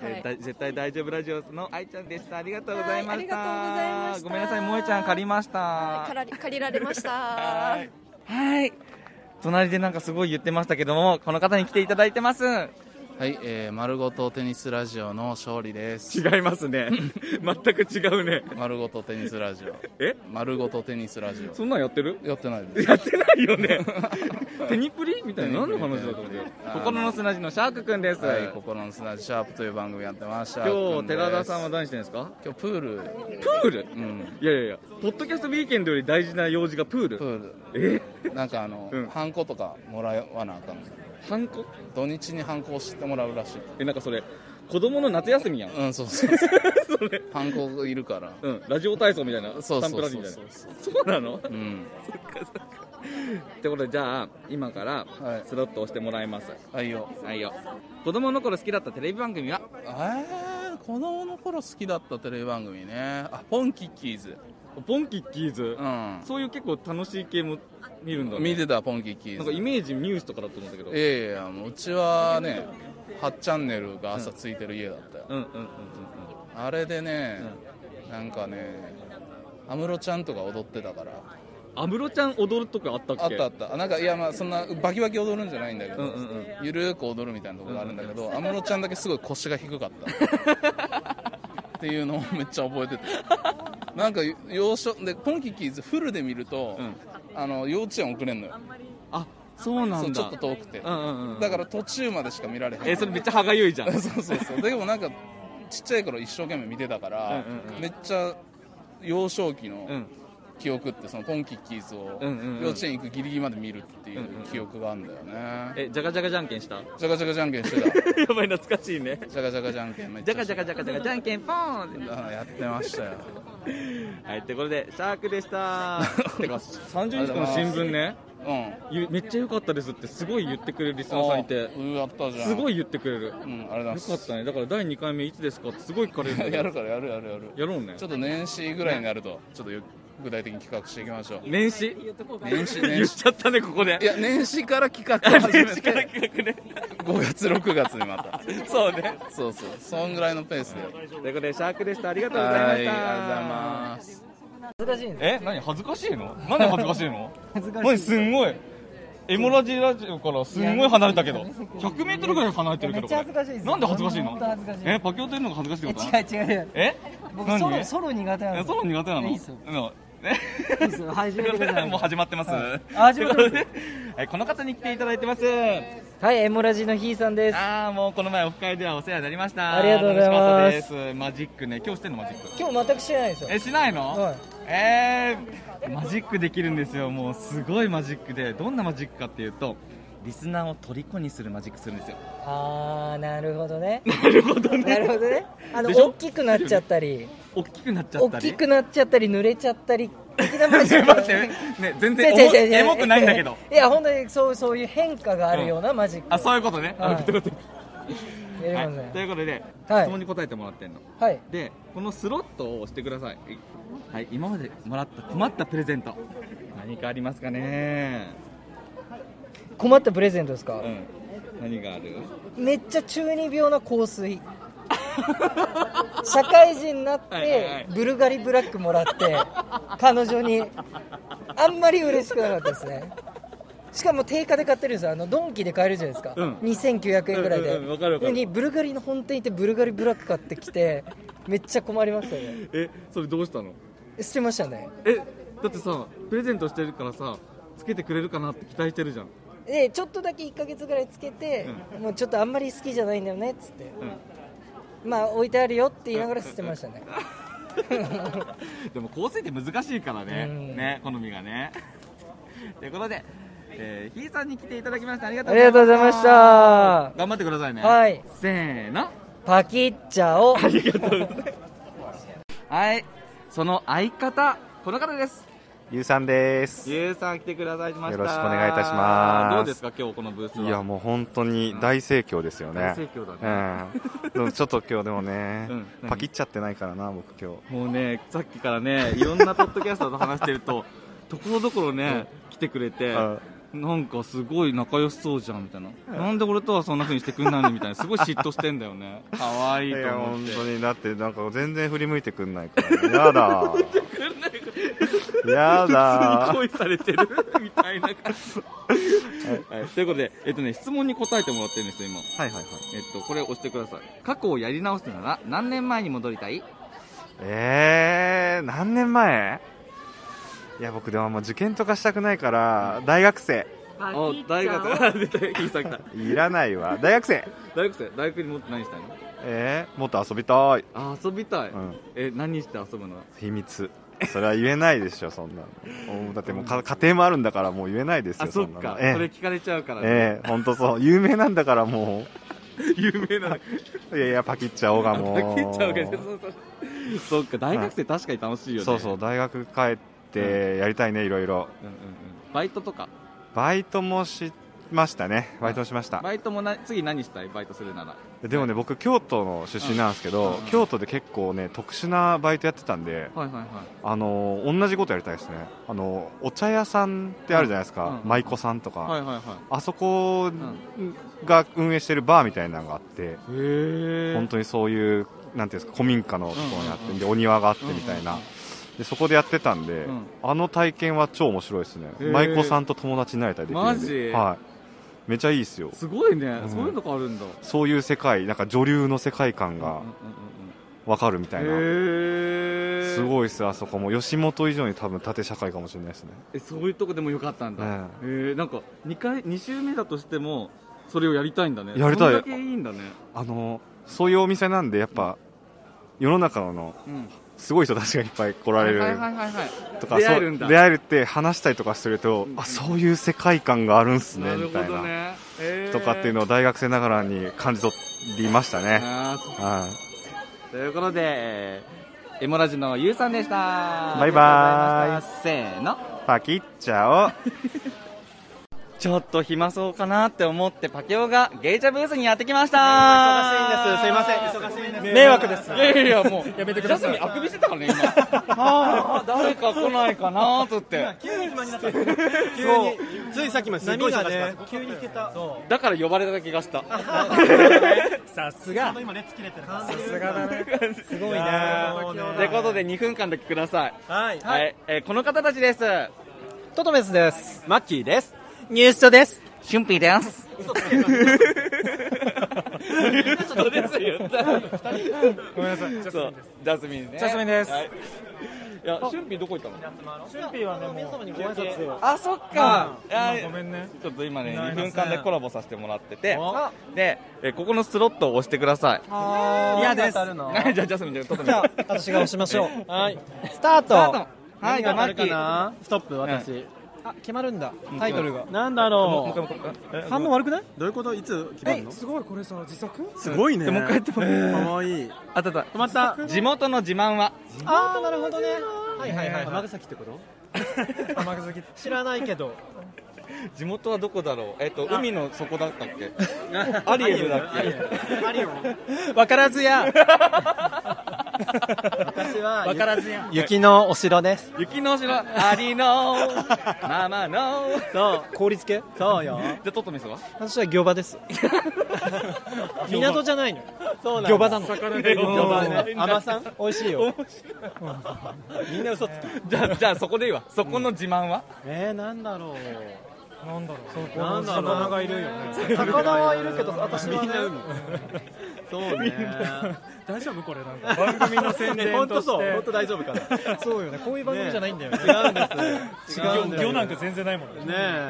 えーだ絶対大丈夫ラジオの愛ちゃんでしたありがとうございました、
はいありがとうございました
ごめんなさい萌えちゃん借りました
借ら借りられました
はい隣でなんかすごい言ってましたけどもこの方に来ていただいてます
はい、えー、丸ごとテニスラジオの勝利です。
違います ね。全く違うね。
丸ごとテニスラジオ。
え
丸ごとテニスラジオ。
そんなんやってる
やってないです。
やってないよ ね。テニプリみたいな
テニプリ
何の話だと思って
あの
心の砂地のシャークくんです、
はい、心の砂地シャープという番組やってました。
今日寺田さんは
プ
何してるんですか
今日プール。
プール、いやいやいやポッドキャストウィーケンドより大事な用事がプールえ
なんかあの、ハンコとかもらわなあかん。
ハンコ
土日にハンコをしてもらうらしい。
えなんかそれ子供の夏休みやん
うん、そう そうそう。ハンコいるから。
うん、ラジオ体操みたいな
そう
スタ
そうそ
ンプラ
う
リーみたい
そう
なそうなの
うん。
そっかそっかってことでじゃあ今からスロット押してもらいますはいよはいよ子供の頃好きだったテレビ番組は
えー、子供の頃好きだったテレビ番組ねあポンキッキーズ
ポンキッキーズ、そういう結構楽しい系も見るんだ、ね、
見てたポンキッキーズ
なんかイメージニュースとかだと思うんだけど
いやいやもううちはね8チャンネルが朝ついてる家だったよ、あれでね、なんかね安室ちゃんとか踊ってたから
安室ちゃん踊るとかあったっけ
あったあったなんかいやまあそんなバキバキ踊るんじゃないんだけど、ゆるーく踊るみたいなところがあるんだけど安室、ちゃんだけすごい腰が低かった っていうのをめっちゃ覚えててなんか幼少でポンキッキーズフルで見ると、あの幼稚園遅れんのよ
あそうなんだ
ちょっと遠くて、だから途中までしか見られへん
えそれめっちゃ歯がゆいじゃん
そうそうそうでもなんかちっちゃい頃一生懸命見てたから、めっちゃ幼少期の記憶ってそのポンキッキーズを幼稚園行くギリギリまで見るっていう記憶があるんだよね、
えじゃがじゃがじゃんけんした
じゃがじゃがじゃんけんして
たや ばい懐かしいね
じゃがじゃがじゃんけんめっ
じゃがじゃがじゃがじゃがじゃんけんポーン
あやってましたよ
はいってことでシャークでした てか30日間の新聞ねうんゆ、めっちゃ良かったですってすごい言ってくれるリスナーさんいて
やったじゃん
すごい言ってくれる、
うん、あれだ
よかったねだから第2回目いつですかってすごい聞かれるんだ
やるからやるやるやる
やろうね
ちょっと年始ぐらいになると、ね、ちょっとよ具体的に企画していきましょう
年始
年始
言っちゃったねここで
いや年始から企画を始めて
年始から企画ね
5月6月にまた
そうね
そうそうそんぐらいのペースで
ということでシャークでしたありがとうございましたありが
う
と
ございます
恥ずかしいえ何恥ずかしいの何恥ずかしい の何すんごいエモラジラジオからすんごい離れたけど、100メートルぐらい離れてるけど、
めっちゃ恥ずかしいです。
なんで恥ずかしいの？
い
え、パキオというのが恥ずかしい
こと？違う違う違う。
え？
僕ソロソロ苦手なの。
ソロ苦手なの？
いいっすよ。
いいっすよ。
始めてくださ い。、
もう始まってます。はい
始まって ます。
はい、この方に来ていただいてます。
はい、エモラジのひいさんです。
ああ、もうこの前オフ会ではお世話になりました。。
ありがとうございます
すマジックね、今日してんのマジック？
今日全くしてないですよ。
え、しないの？
はい。
えー、マジックできるんですよ。もうすごいマジックで、どんなマジックかっていうと。リスナーを虜にするマジックするんですよ
ああなるほどね
なるほどね
なるほどねあの大きくなっちゃったり
大きくなっちゃった
り 大きくなっちゃったり濡れちゃったり的なマジッ
ク、ね、ね全然エモくないんだけど
いや本当にそうそういう変化があるようなマジック、
あそういうことね、はい、ということ、
はい
ということで、質問に答えてもらってんの、
はい、
でこのスロットを押してください、はい、今までもらった困ったプレゼント何かありますかね
困ったプレゼントですか、
うん、何がある
めっちゃ中二病な香水社会人になってブルガリブラックもらって彼女にあんまり嬉しくなかったですねしかも定価で買ってるんですよあのドンキで買えるじゃないですか、うん、2900円ぐらいで、
うんうん、かるかる
にブルガリの本店行ってブルガリブラック買ってきてめっちゃ困りましたね
えそれどうしたの
捨てましたね
えだってさプレゼントしてるからさつけてくれるかなって期待してるじゃん
でちょっとだけ1か月ぐらいつけて、うん、もうちょっとあんまり好きじゃないんだよねっつって、うん、まあ置いてあるよって言いながら捨てましたね
でも香水って難しいからね,、ね好みがねということで、えー、ひいさんに来ていただきましてありがとう
ございました
頑張ってくださいね
はい
せーの
パキッチャを
ありがとうございます はいその相方この方です
ゆうさんです。
ゆうさん来てくださいま。
した。よろしくお願いいたします
どうですか今日このブース
いやもう本当に大盛況ですよね。
うん、大盛況だ
ね。うん、でもちょっと今日でもね、うん、パキっちゃってないからな僕今
日。もうねさっきからねいろんなポッドキャスターと話してると ところどころね、来てくれて。なんかすごい仲良しそうじゃんみたいな、なんで俺とはそんなふうにしてくんないのみたいな、すごい嫉妬してんだよね、かわいいと思
って、本当にだって、なんか全然振り向いてくんないから、ね、やだ、やだ
普通に恋されてる みたいな感じ、はいはい、ということで、えっとね、質問に答えてもらってるんですよ今
はいはいはい、
えっと、これ押してください過去をやり直すなら何年前に戻りたい
えー、何年前いや僕でももう受験とかしたくないから大学生
お大学 出ていいさ
いらないわ大学生
大学生大学にもっと何したいの
えー、もっと遊びたい
あ遊びたい、うん、え何して遊ぶの
秘密それは言えないで しょ、そんなの。だってもう家庭もあるんだから、もう言えないですよ、
あそっか、ええ、それ聞かれちゃうからね。
ええ、本当そう、有名なんだから、も
う。 有名な
いやいや、パキっちゃおうがも
う。パキっちゃおうが、そうそう。そっか、大学生、確かに楽しいよね。
そうそう、大学帰ってやりたいね、いろいろ。うんうんうん
バイトとか
バイトもしましたねバイトもしました
バイトもな次何したいバイトするなら
でもね僕京都の出身なんですけど、京都で結構ね特殊なバイトやってたんで、
はいはいはい
あの同じことやりたいですねあのお茶屋さんってあるじゃないですか、舞妓さんとか、
はいはいはい
あそこが運営してるバーみたいなのがあって、
へ
本当にそういうなんていうんですか古民家のところにあって、でお庭があってみたいな、でそこでやってたんで、
うん
あの体験は超面白いですね
へー
舞妓さんと友達になれたりできるんで
マジ
はい、めちゃいいですよ
すごいね、
ん
そういうのがあるんだ
そういう世界なんか女流の世界観がわかるみたいな、すごいですあそこも吉本以上に多分縦社会かもしれないですね
えそういうとこでもよかったんだ、
え
えーなんか2回二週目だとしてもそれをやりたいんだね
やりたい
そんだけいいんだね
あのそういうお店なんでやっぱ世の中の
うん
すごい人たちがいっぱい来られる
はいはいはいはい
とか
出会え
そう
るんだ
出会えるって話したりとかすると、あそういう世界観があるんすね
なる
み
ほ
たい
ど
な、
ねえー
とかっていうのを大学生ながらに感じ取りましたね
あ
はい
ということで、えーエモラジのゆうさんでした
バイバーイ
ありがとうございましたせーの
パキッチャ
ちょっと暇そうかなって思ってパケオがゲイチャブースにやってきました
すいません
いんです
迷惑で
い
す
やいやいやもう
やめてください
ジャスミンあくびしてたからね今 あー誰か来ないかなーっつって
急に暇になった急
そ
に ついさっきまですごい波忙がしかっねた急に行けたそ
だから呼ばれた気がした
さすが今熱切れてるさすがだねすごいね
ということで2分間だけください
はい
はい、えーこの方たちです
トトメスですマッキーです
ニューストですシュンピーです嘘です言った
ごめんなさいジャスミンです
そうジャスミンね
ジャスミンです
はい、いやシュンピーどこ行ったの
シュンピーはねもうご挨拶を
あそっか、
うん
いや
ごめんね
ちょっと今ね
ごめ
2
んなさい
分間でコラボさせてもらってて
あ
で、えーここのスロットを押してください
嫌です
じゃあジャスミンちゃん取って
じゃあ私が押しましょうはいスタートはい何じゃがあマ当たッるキかーなストップ私、あ決まるんだタイトルがなんだろもう一回もう一回う反応悪くないどういうこといつ決えすごいこれさ自作すごいね
でもう一回やってもら
え
う
ー
かわいいあったあった
また
地元の自慢は
ああなるほどねはいはいはい
尼
崎ってこと尼崎知らないけど
地元はどこだろうえっ、と
あ
海の底だったっ けアリエルだっ
アリエ ルアリエ
け
ルわからずや
私はわからずや
雪のお城です
雪の城ありのままの
そう氷漬けそうよ
じゃあトットミスは
私は魚場です港じゃないのそうなんだ魚場なの魚で魚場ね
うん
甘さん美味しいよ
面
みんな嘘つき
じゃあじゃあそこでいいわそこの自慢は、
えー、なんだろうなんだろうそこ
の魚がいるよね
魚はいるけど私は、ね、みんな海そうね 大丈夫これなんか 番組の宣伝として本当そう本当大丈夫かな そうよねこういう番組じゃないんだよね ね違うんです違うんだよ 魚なんか全然ないもんね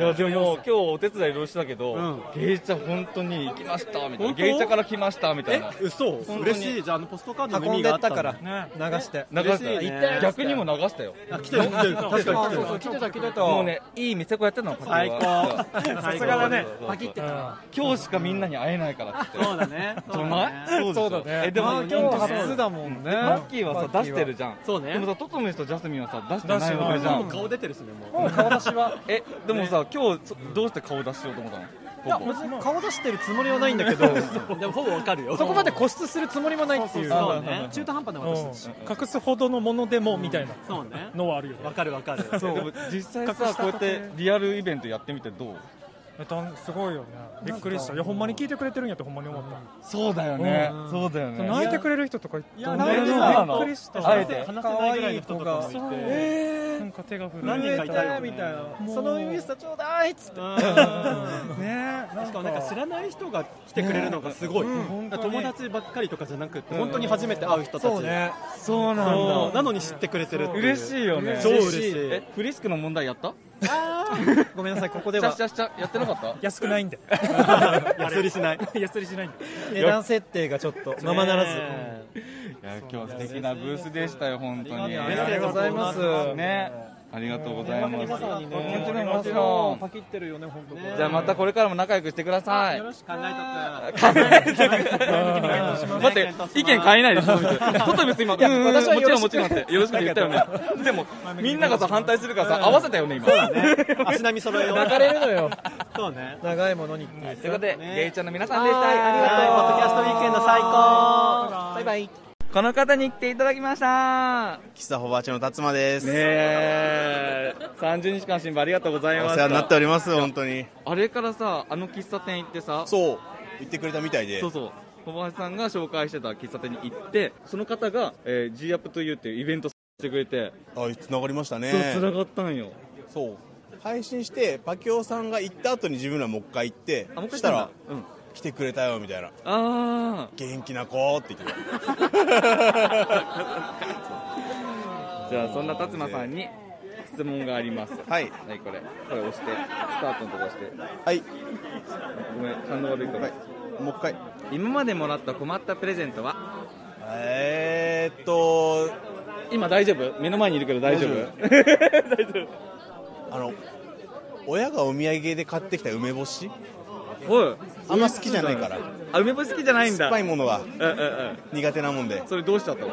いやでも今日お手伝いいろいろしたけど、ゲイチャ本当に行きましたみたいな
本当
ゲイチャから来ましたみたいな
え嘘
当に
嬉しいじゃああのポストカードの意味があったんだね流して
流したよ
嬉しいね
逆にも流したよ
あ来てた来てた確かに来てた
そうそう
来てた来てた
もうねいい店子やってんのパキ
最高
は
さすがだね
そうそうそう
パキってた
今日しかみんなに会えないからって
そうだね
じゃない
そ
でしょ
うだねそうだね
えでも
まあ今日初だもんね
うマッキーは
マッキー
さ
は
出してるじゃん
そうね
でもさトトメスとジャスミンはさ出してないわけじゃ
うん
ん
顔出てるしねもう顔出し は
えでもさ今日そどうして顔出しようと思ったの
いや
ほぼ
別に顔出してるつもりはないんだ けどでもほぼわかるよそこまで固執するつもりもないっていうそうそうそうそうね中途半端な私たち隠すほどのものでもみたいなのはあるよわかるわかる
で も実際さこうやってリアルイベントやってみてどう
えっとすごいよねびっくりしたいやほんまに聞いてくれてるんやってほんまに思ったそうだよ
ねそうだよね
泣いてくれる人とかいっ
い
て
や
び
泣いてた
っくりした
あえて
可愛い子がいてそうえーなんか手が震え震えたよみたいなそのミスタちょうだいっつってねしかもなんか知らない人が来来ててくくれれるるののががすすごごいい、友達ばっかりとかじゃなくて、本当に初めて会う人たちそうねそうなんだ
そう
なのに知ってくれてるっていう
嬉しいよね
超嬉しい
えフリスクの問題やった
ごめんなさいここでは
シャシャシャやってなかった
安くないんで安売りしない 安売りしないんで値段設定がちょっとままならず
いや今日素敵なブースでしたよ本当に
ありがとうございます
ねありがとうございます
皆さんにね
もちろんもちろん
パキってるよね本当
じゃあまたこれからも仲良くしてください
考えとく
考えとく
人間としま
待って、意見変えないでしょ、トト ミストトミス今、
いや
うんうんも
私は
ち
よ
ろ
ろ
ん
しく
もちろんって、よろしくって言ったよね
あり。
でも、みんながさ、反対するから
う
さ、
ん
合わせたよね、今。
足並み揃えよう
泣かれるのよ。
そうね長いものにという
ことでゲイちゃんの皆さんでした
ありがとうポッドキャストウィークエンド最高バイバイ
この方に来ていただきました。
喫茶ホバーチの達馬です。
ねえ、30日間新聞ありがとうございま
お
した。
世話になっております、本当に。
あれからさ、あの喫茶店行ってさ、
そう、行ってくれたみたいで
そうそう、小林さんが紹介してた喫茶店に行って、その方が、えー、G アップというっていうイベントしてくれて、
あ、繋がりましたね。
そう、繋がったんよ。
そう。配信して、パキオさんが行った後に自分らもう一回行って、
あもう一回行っ
したた
んだ
ら、来てくれたよ、みたいな。
ああ。
元気な子っ て言ってた。
じゃあ、そんな達馬さんに質問があります。
は
は
い。
い、これ。これ押して、スタートのとこ押して。
はい。
ごめん、反応悪いかも。
もう一回。
今までもらった困ったプレゼントは
えーっと、
今大丈夫目の前にいるけど大丈夫
あの、親がお土産で買ってきた梅干し
おい
あんま好きじゃないから。
あ、梅干し好きじゃないんだ。
酸っぱいものが
うんうんうん。
苦手なもんで。
それどうしちゃったの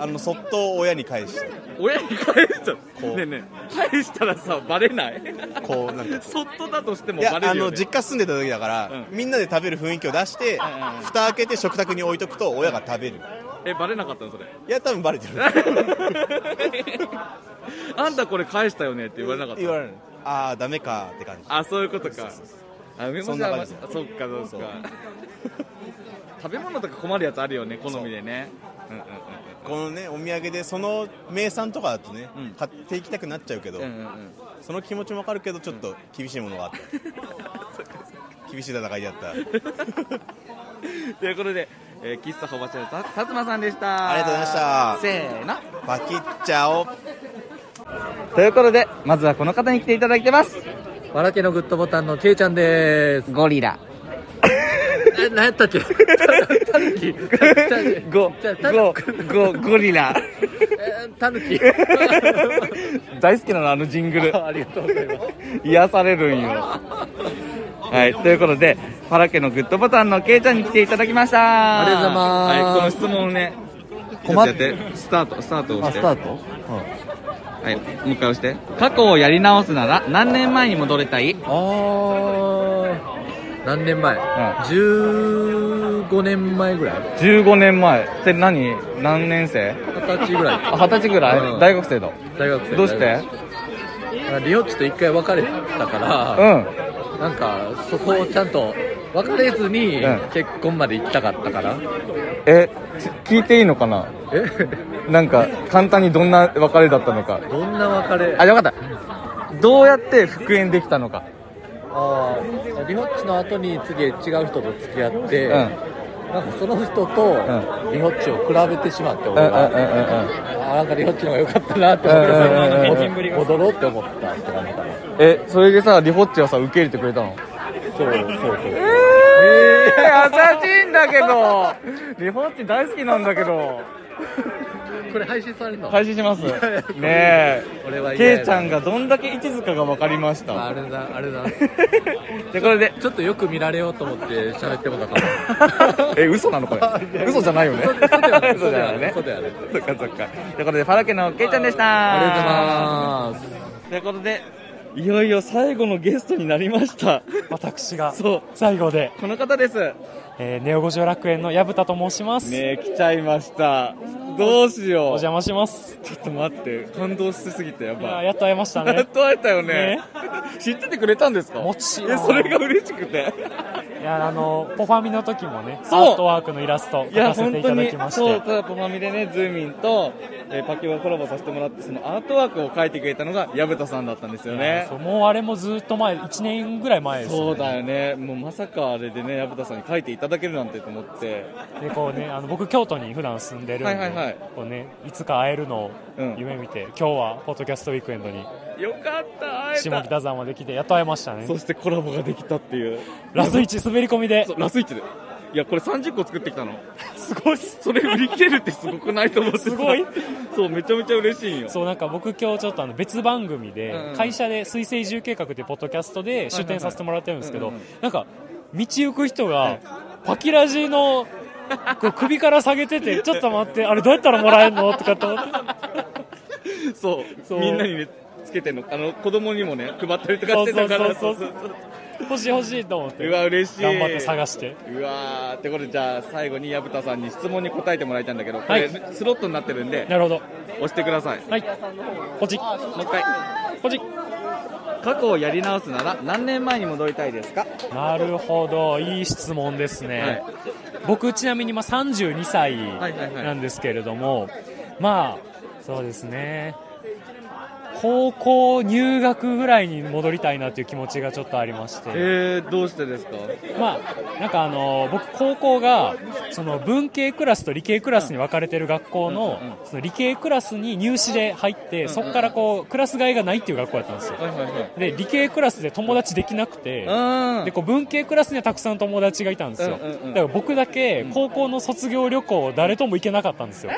あの、そっと親に返して。
親に返しちゃった。ねえねえ、返したらさ、バレない
こう、なん か。
そっとだとしても
いや
バレ
あ
るよ、
の
ね。
実家住んでた時だから、みんなで食べる雰囲気を出して、蓋開けて食卓に置いとくと親が食べる
え、バレなかったのそれ。
いや多分バレてる
あんたこれ返したよねって言われなかった。
言われるああダメかって感じ
あ、そういうことか。あ、梅干
そん
し
な
はま、
感じ
そっかそっか。食べ物とか困るやつあるよね、好みでね。うんうんうんうん。
このねお土産でその名産とかだとね、買っていきたくなっちゃうけど、その気持ちもわかるけどちょっと厳しいもの があった厳しい戦いであった
ということで、えー、喫茶ほばちゃんたつまさんでした
ありがとうございました
せーの
パキッチャオ
ということでまずはこの方に来ていただいてます
わらけのグッドボタンのけいちゃんですゴリラえ何やったっけタヌキ
ゴゴゴゴリラ
タ ヌキ
大好きなのあのジングル
あありがとうございます
癒されるんよはいということでパラ家のグッドボタンのけいちゃんに来ていただきました
ありがとうございます
はい、この質問をね困ってスタートスタートをして
あスタート
はいもう一回押して過去をやり直すなら何年前に戻れたいあ
ー何年前、15年前ぐらい
15年前って何何年生
二十歳ぐらい
あ二十歳ぐらい、
うん
大学生だ
大学生
どうして
リオッチと一回別れたから、なんかそこをちゃんと別れずに
うん
結婚まで行きたかったから、
えち聞いていいのかなえなんか簡単にどんな別れだったのか
どんな別れ
あよかったどうやって復縁できたのか
ああリホッチの後に次違う人と付き合って、
うん
なんかその人とリホッチを比べてしまって、
うん
俺が、
うんうんうん
あなんかリホッチの方が良かったなって思って、
うんうんうんうん
それに戻ろうって思ったって感じかな
えそれでさリホッチはさ受け入れてくれたの
そうそうそう
えー、優しいんだけどリホッチ大好きなんだけど
これ配信されるの
配信し ます
いやいや
ね
俺は
え
嫌やな
ケイちゃんがどんだけ一途かが分かりました
あれだ あれだ
でこれで
ちょっとよく見られようと思って喋ってもたかも
え嘘なのこれ嘘じゃないよね嘘
だよ ね
嘘じゃないよね
嘘だよね
そっかそっかということでパラケのケイちゃんでした
ありがとうございます
ということでいよいよ最後のゲストになりました
私が
そう
最後で、
この方です
えーネオ五条楽園の薮田と申します
ねえ来ちゃいましたどうしようお
邪魔します
ちょっと待って感動しすぎてや
いや
ばい
やっと会えましたね
やっと会えたよね知っててくれたんですか
もち
え
ろん
それが嬉しくて
いやあのポファミの時もね
そう
アートワークのイラスト
い
描
や
かせ
本
てい
当
ただ
に
きまし
そう
て
ただポマミでねズーミンと、えーパキオがコラボさせてもらってそのアートワークを描いてくれたのが薮田さんだったんですよ
いや
ね
そうもうあれもずっと前1年ぐらい前です
そうだよねもうまさかあれでね薮田さんに描いていただけるなんてと思って
でこうねあの僕京都に普段住んでるんで、
はいいはいはい
こうね、いつか会えるのを夢見て、今日はポッドキャストウィークエンドに
よかった会え
下
た
北沢まで来てやっと会えましたね
そしてコラボができたっていう
ラス1滑り込みで
そうラスイ チでいやこれ30個作ってきたの すごいそれ売り切れるってすごくないと思ってす
ごい
そうめちゃめちゃ嬉しいんよ
そうなんか僕今日ちょっとあの別番組で、
うんうん
会社で水星移住計画っていうポッドキャストで出
はいはい
展させてもらってるんですけど、
うんうん
なんか道行く人が、パキラジのこう首から下げてて、ちょっと待って、あれどうやったらもらえるのとかって思って。
そう
そう
みんなにねつけてんのあの子供にもね配ったりとかしてたから
そうそうそうそう欲しい欲しいと思って。
うわ嬉しい
頑張って探して。
うわーってことでじゃあ最後に薮田さんに質問に答えてもらいたいんだけどこれ、
は
スロットになってるんで
なるほど
押してください
はいポチも
う一回
ポチ
過去をやり直すなら何年前に戻りたいですか
なるほど、いい質問ですね。僕、ちなみにまあ32歳なんですけれども、まあ、そうですね。高校入学ぐらいに戻りたいなという気持ちがちょっとありまして、
えー、どうしてですか
まあ、なんかあの僕、高校がその文系クラスと理系クラスに分かれてる学校のその理系クラスに入試で入っ
うん
てそこからこうクラス替えがないっていう学校だったんですよ。
はいはいはい
で理系クラスで友達できなくて
うん
でこう文系クラスにはたくさん友達がいたんですよ、
うんうんうん
だから僕だけ高校の卒業旅行誰とも行けなかったんですよ、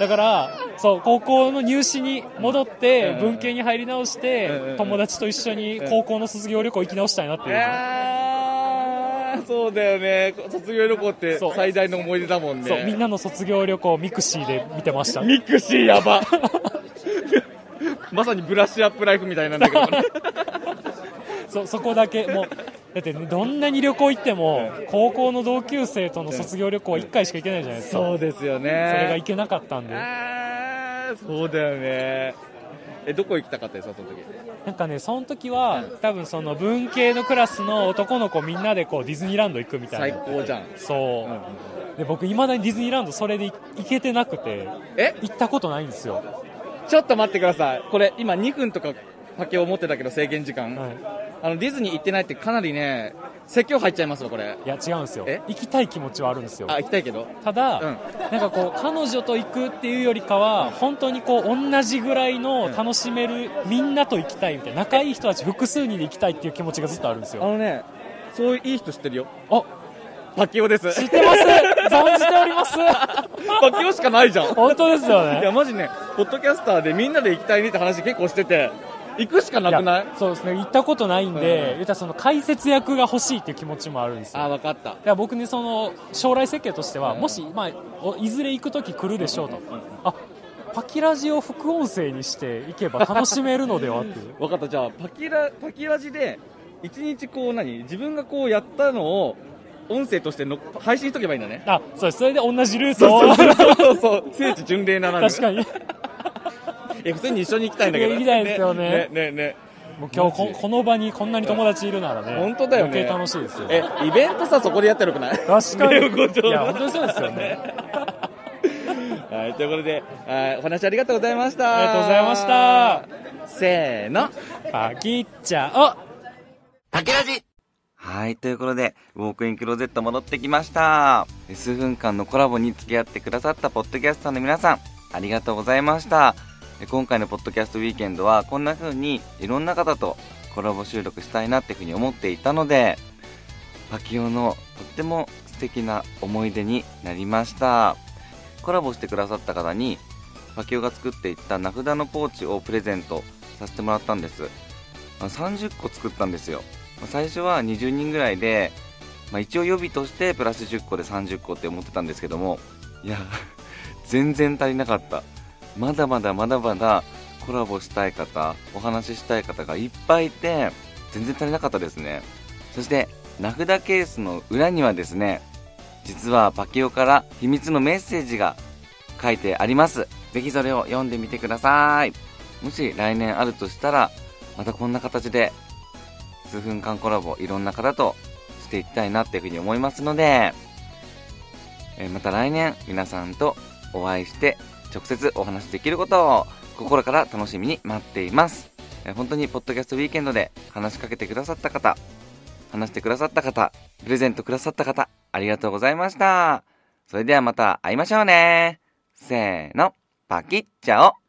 だからそう高校の入試に戻っ
うんう
て
ん
文系に入り直して、友達と一緒に高校の卒業旅行行き直したいなっていう、
あーそうだよね卒業旅行って
そう
最大の思い出だもんね
そうみんなの卒業旅行をミクシーで見てました
ミクシーやばまさにブラッシュアップライフみたいなんだけど、ね、
そそこだけもうだってどんなに旅行行っても高校の同級生との卒業旅行は1回しか行けないじゃないですか、
そうですよね
それが行けなかったんで
そうだよねえどこ行きたかったですかその時
なんかね、その時は、多分その文系のクラスの男の子みんなでこうディズニーランド行くみたいな。
最高じゃん
そう。で、僕、いまだにディズニーランドそれで行けてなくて、
え
行ったことないんですよ。
ちょっと待ってくださいこれ今2分とかパケを持ってたけど制限時間、あのディズニー行ってないってかなりね説教入っちゃいますわこれ
いや違うんですよ行き たい気持ちはあるんですよ
あ行きたいけど
ただ、なんかこう、彼女と行くっていうよりかは、本当にこう、同じぐらいの楽しめる、みんなと行きたいみたいな、仲いい人たち複数人で行きたいっていう気持ちがずっとあるんですよ。
あのね、そういういい人知ってるよ
あ
パケオです知って
ます存じております
パケオしかないじゃん
本当ですよね
いやマジねポッドキャスターでみんなで行きたいねって話結構してて行くしかなくない
そうですね行ったことないんで、
うん
言ったらその解説役が欲しいっていう気持ちもあるんですよ
あ分かった
だから僕ねその将来設計としては、
うん
もし、まあ、おいずれ行く時来るでしょうと、あパキラジを副音声にして行けば楽しめるのではっていう
分かったじゃあパキラパキラジで一日こう何自分がこうやったのを音声としての配信しとけばいいんだね
あそうですそれで同じルート
そ
を
うそうそうそう聖地巡礼ならぬ
確かに
いや普通に一緒に行きたいんだけど
いや行きたいですよね
ねねね
もう今日こ
マジ
この場にこんなに友達いるならね、
本当だよね
余計楽しいですよ
えイベントさそこでやってるくない
確かに
レオ五条
いや本当にそうですよね
はいということではいお話ありがとうございました
ありがとうございました
せーの
パキッチャお
はい、ということで、ウォークインクローゼット戻ってきました。数分間のコラボに付き合ってくださったポッドキャスターの皆さん、ありがとうございました。え今回のポッドキャストウィーケンドは、こんな風にいろんな方とコラボ収録したいなっていう風に思っていたので、パキオのとっても素敵な思い出になりました。コラボしてくださった方に、パキオが作っていった名札のポーチをプレゼントさせてもらったんです。まあ30個作ったんですよまあ最初は20人ぐらいで、まあ、一応予備としてプラス10個で30個って思ってたんですけどもいや全然足りなかったまだまだまだまだコラボしたい方お話ししたい方がいっぱいいて全然足りなかったですねそして名札ケースの裏にはですね実はパキオから秘密のメッセージが書いてありますぜひそれを読んでみてくださいもし来年あるとしたらまたこんな形で数分間コラボいろんな方としていきたいなっていうふうに思いますので、えーまた来年皆さんとお会いして直接お話しできることを心から楽しみに待っています、えー本当にポッドキャストウィーケンドで話しかけてくださった方話してくださった方プレゼントくださった方ありがとうございましたそれではまた会いましょうねせーのパキッチャオ